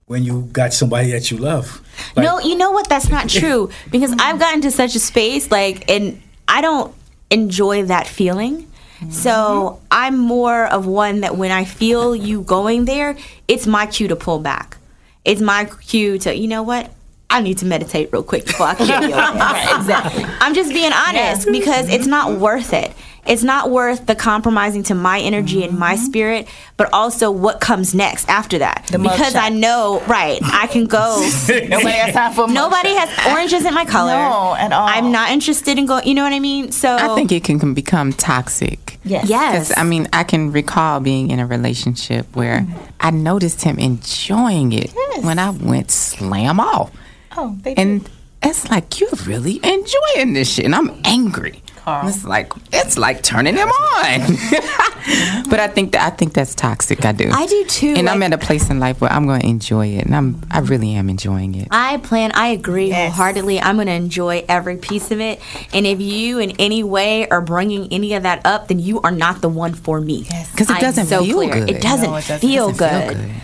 S7: when you got somebody that you love. Like,
S1: no, you know what? That's not true because I've gotten to such a space like, and I don't enjoy that feeling. So I'm more of one that when I feel you going there, it's my cue to pull back. It's my cue to, you know what? I need to meditate real quick before I kill you. Right, exactly. I'm just being honest because it's not worth it. It's not worth the compromising to my energy and my spirit, but also what comes next after that.
S4: mug
S1: because I
S4: shot.
S1: know, right, I can go.
S4: Nobody has time for a mug
S1: Nobody
S4: shot.
S1: has orange isn't my color.
S4: No,
S1: at all. I'm not interested in going. You know what I mean? So
S3: I think it can, can become toxic.
S1: Yes. Yes.
S3: 'Cause, I mean, I can recall being in a relationship where
S1: Mm-hmm.
S3: I noticed him enjoying it when I went slam off.
S4: Oh, they
S3: And it's like, you're really enjoying this shit. And I'm angry. It's like, it's like turning him on. but I think that I think that's toxic. I do.
S1: I do too,
S3: And I'm
S1: like-
S3: at a place in life where I'm going to enjoy it, and I'm I really am enjoying it.
S1: I plan, I agree wholeheartedly. I'm going to enjoy every piece of it. And if you in any way are bringing any of that up, then you are not the one for me.
S3: Because it
S1: I'm
S3: doesn't feel good.
S1: It doesn't,
S3: No, it doesn't-
S1: feel,
S3: doesn't feel
S1: good.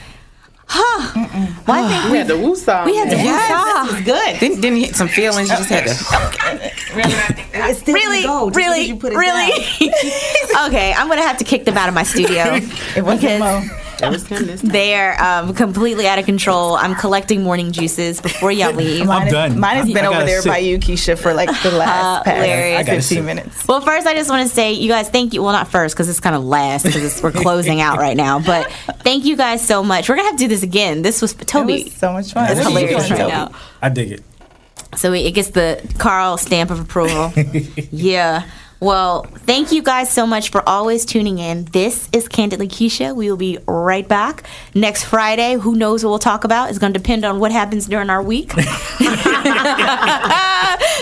S1: Huh. Well, I think
S8: we had the woo song.
S1: we had to yes, Ah,
S4: good.
S3: Then, then you hit some feelings. You just had to.
S1: really, really, really. okay, I'm gonna have to kick them out of my studio
S4: It wasn't Mo.
S1: because they're um, completely out of control. I'm collecting morning juices before y'all leave.
S4: Mine is- Mine has been over there by you, Keisha, for like the last past
S1: Ah, Hilarious. I gotta
S4: 15
S1: sit.
S4: minutes.
S1: Well, first, I just want to say, you guys, thank you. Well, not first, because it's kind of last, because we're closing out right now. But thank you guys so much. We're gonna have to do this again. This was Toby.
S4: so much fun.
S1: It's
S4: Thank you.
S1: hilarious right now.
S7: I dig it.
S1: So it gets the Carl stamp of approval. yeah. Well, thank you guys so much for always tuning in. This is Candidly Keisha. We will be right back next Friday. Who knows what we'll talk about? It's going to depend on what happens during our week. so,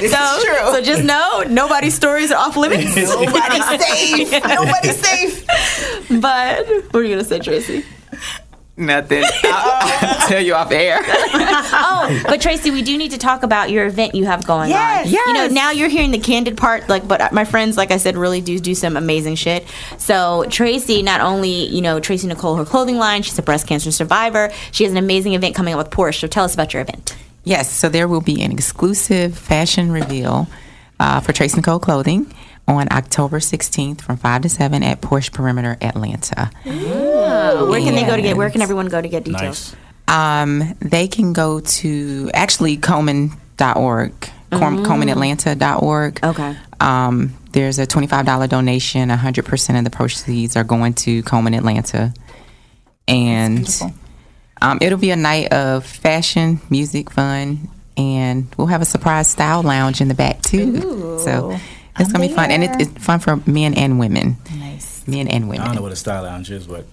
S1: so just know nobody's stories are off limits.
S4: Nobody's safe. Nobody's
S1: safe. But what are you going to say, Tracy?
S3: Nothing. I'll, I'll tell you off air.
S1: oh, but Tracy, we do need to talk about your event you have going
S3: Yes.
S1: on. You know, now you're hearing the candid part, like, but uh, my friends, like I said, really do do some amazing shit. So Tracy, not only you know Tracy Nicole, her clothing line, she's a breast cancer survivor. She has an amazing event coming up with Porsche. So tell us about your event.
S3: Yes, so there will be an exclusive fashion reveal uh, for Trace Nicole Clothing on October 16th from 5 to 7 at Porsche Perimeter Atlanta.
S1: where can they go to get? Where can everyone go to get details?
S3: Um, they can go to
S4: Mm.
S3: actually Coleman.org, com- ColemanAtlanta.org. Okay. Um, There's a $25 donation. 100% of the proceeds are going to Coleman Atlanta. And um, it'll be a night of fashion, music, fun, and we'll have a surprise style lounge in the back, too. so it's going to be fun. And it,
S4: there.
S3: it's fun for men and women.
S4: Nice.
S3: Men and women.
S7: I don't know what a style lounge is, but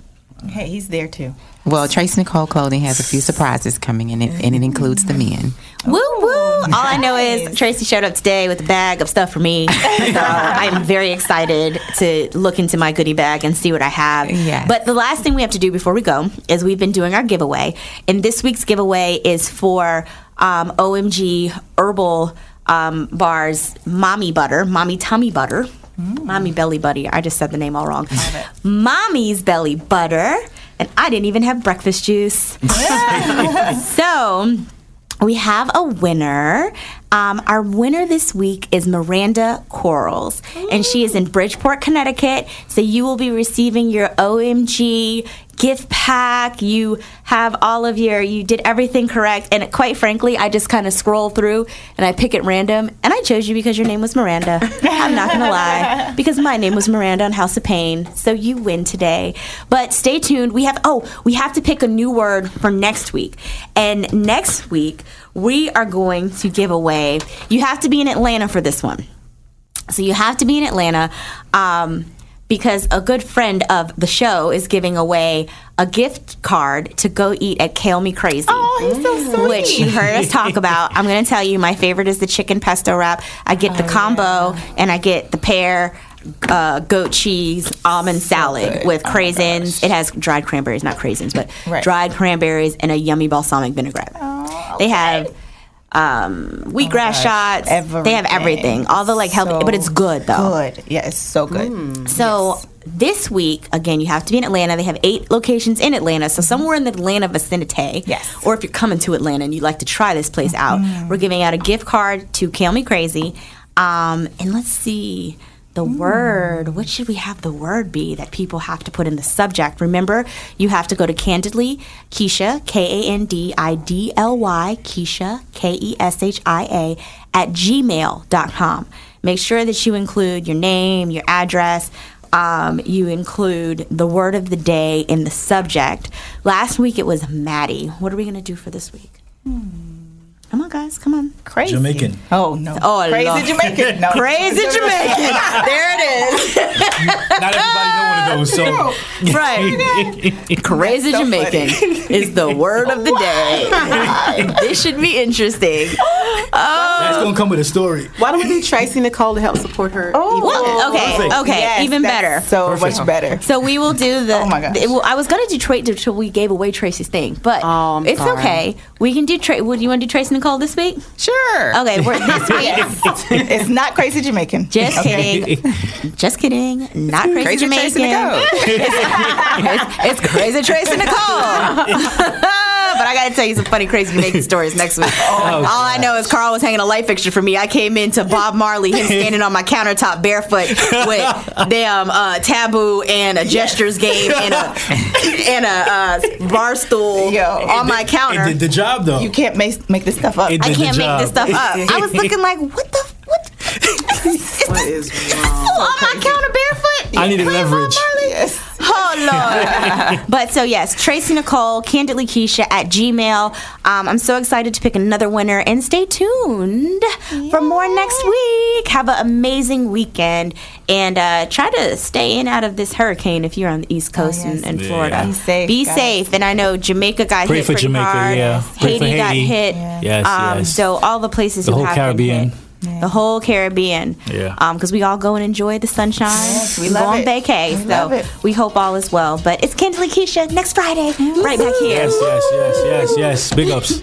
S4: Hey, he's there too.
S3: Well, Trace Nicole Clothing has a few surprises coming in, it, and it includes the men.
S1: Woo woo! All I know is Tracy showed up today with a bag of stuff for me. So I'm very excited to look into my goodie bag and see what I have.
S11: Yes.
S1: But the last thing we have to do before we go is we've been doing our giveaway, and this week's giveaway is for um, OMG Herbal um, Bars Mommy Butter, Mommy Tummy Butter, Mommy Belly Buddy. I just said the name all wrong. Mommy's Belly Butter, and I didn't even have breakfast juice. so we have a winner. Um, our winner this week is Miranda Quarles, and she is in Bridgeport, Connecticut. So you will be receiving your OMG gift pack. You have all of your, you did everything correct. And quite frankly, I just kind of scroll through and I pick at random, and I chose you because your name was Miranda. I'm not gonna lie, because my name was Miranda on House of Pain. So you win today. But stay tuned. We have oh, we have to pick a new word for next week. And next week we are going to give away. You have to be in Atlanta for this one. So you have to be in Atlanta um, because a good friend of the show is giving away a gift card to go eat at Kale Me Crazy. Oh, he's so sweet. Which you heard us talk about. I'm going to tell you, my favorite is the chicken pesto wrap. I get the combo and I get the pear. Uh, goat cheese almond salad with craisins. it has dried cranberries, not craisins, but
S11: Right.
S1: dried cranberries and a yummy balsamic vinaigrette. They have um, wheatgrass
S4: gosh,
S1: shots. They have everything.
S4: everything.
S1: All the like healthy,
S4: So
S1: but it's good though. Mm. Good.
S4: Yeah, it's so good.
S1: So this week, again, you have to be in Atlanta. They have eight locations in Atlanta. So somewhere in the Atlanta vicinity. Yes. Or if you're coming to Atlanta and you'd like to try this place out, we're giving out a gift card to Kill Me Crazy. Um, and let's see. The word, what should we have the word be that people have to put in the subject? Remember, you have to go to Candidly Keisha, K A N D I D L Y, Keisha, K E S H I A, at gmail.com. Make sure that you include your name, your address, um, you include the word of the day in the subject. Last week it was Maddie. What are we going to do for this week? Come on, guys. Come on. Crazy.
S7: Jamaican.
S4: Oh no.
S1: Oh,
S4: Crazy
S1: Lord.
S4: Jamaican. No.
S1: Crazy Jamaican. There it is.
S7: Not everybody know one of those, so
S1: Right. Crazy
S7: That's so
S1: Jamaican is the word of the day. this should be interesting. Um,
S7: that's gonna come with a story.
S8: Why don't we do Tracy Nicole to help support her? Oh,
S1: Well, okay, okay, even better.
S4: So much better.
S1: So we will do the. Oh my gosh. I was gonna do Trace until we gave away Tracy's thing, but it's
S8: sorry.
S1: okay. We can do Trace. Would you want to do Trace Nicole this week?
S4: Sure.
S1: Okay, we're this week.
S4: it's not crazy Jamaican.
S1: Just kidding. Just kidding. Not crazy,
S4: Crazy
S1: Jamaican.
S4: Tracy Nicole.
S1: it's, it's crazy Tracy Nicole. but I got to tell you some funny crazy Jamaican stories next week.
S7: Oh,
S1: All I know is Carl was hanging a light fixture for me. I came in to Bob Marley, him standing on my countertop barefoot with damn uh, taboo and a gestures game and a and a uh, bar stool on my counter.
S7: It did the job though.
S4: You can't make make this stuff up.
S7: It
S1: I
S7: did the
S1: can't make this
S7: job.
S1: stuff up. I was looking like, what the what? what is on my counter barefoot?
S7: I needed
S1: Playing Bob
S7: leverage.
S1: Marley? Oh Lord! but so yes, Tracy Nicole, Candidly Keisha at Gmail. Um, I'm so excited to pick another winner, and stay tuned for more next week. Have an amazing weekend, and uh, try to stay in out of this hurricane if you're on the East Coast and, and
S7: Yeah.
S1: Florida.
S7: Oh, Be
S4: safe,
S1: Be
S4: guys.
S1: safe. And I know Jamaica got
S7: Pray
S1: hit
S7: for
S1: pretty
S7: Jamaica,
S1: hard.
S7: yeah. Pray
S1: Haiti,
S7: for
S1: got
S7: Haiti.
S1: hit. Um,
S7: Yes, yes.
S1: So all the places
S7: The
S1: who
S7: whole
S1: have been
S7: Caribbean.
S1: hit. The whole Caribbean.
S7: Yeah.
S1: Because we all go and enjoy the sunshine. Yes,
S4: we love
S1: go on
S4: it.
S1: vacay.
S4: We
S1: so
S4: love it.
S1: we hope all is well. But it's Kendall Keisha next Friday, right back here.
S7: Yes, yes, yes, yes, yes. Big ups.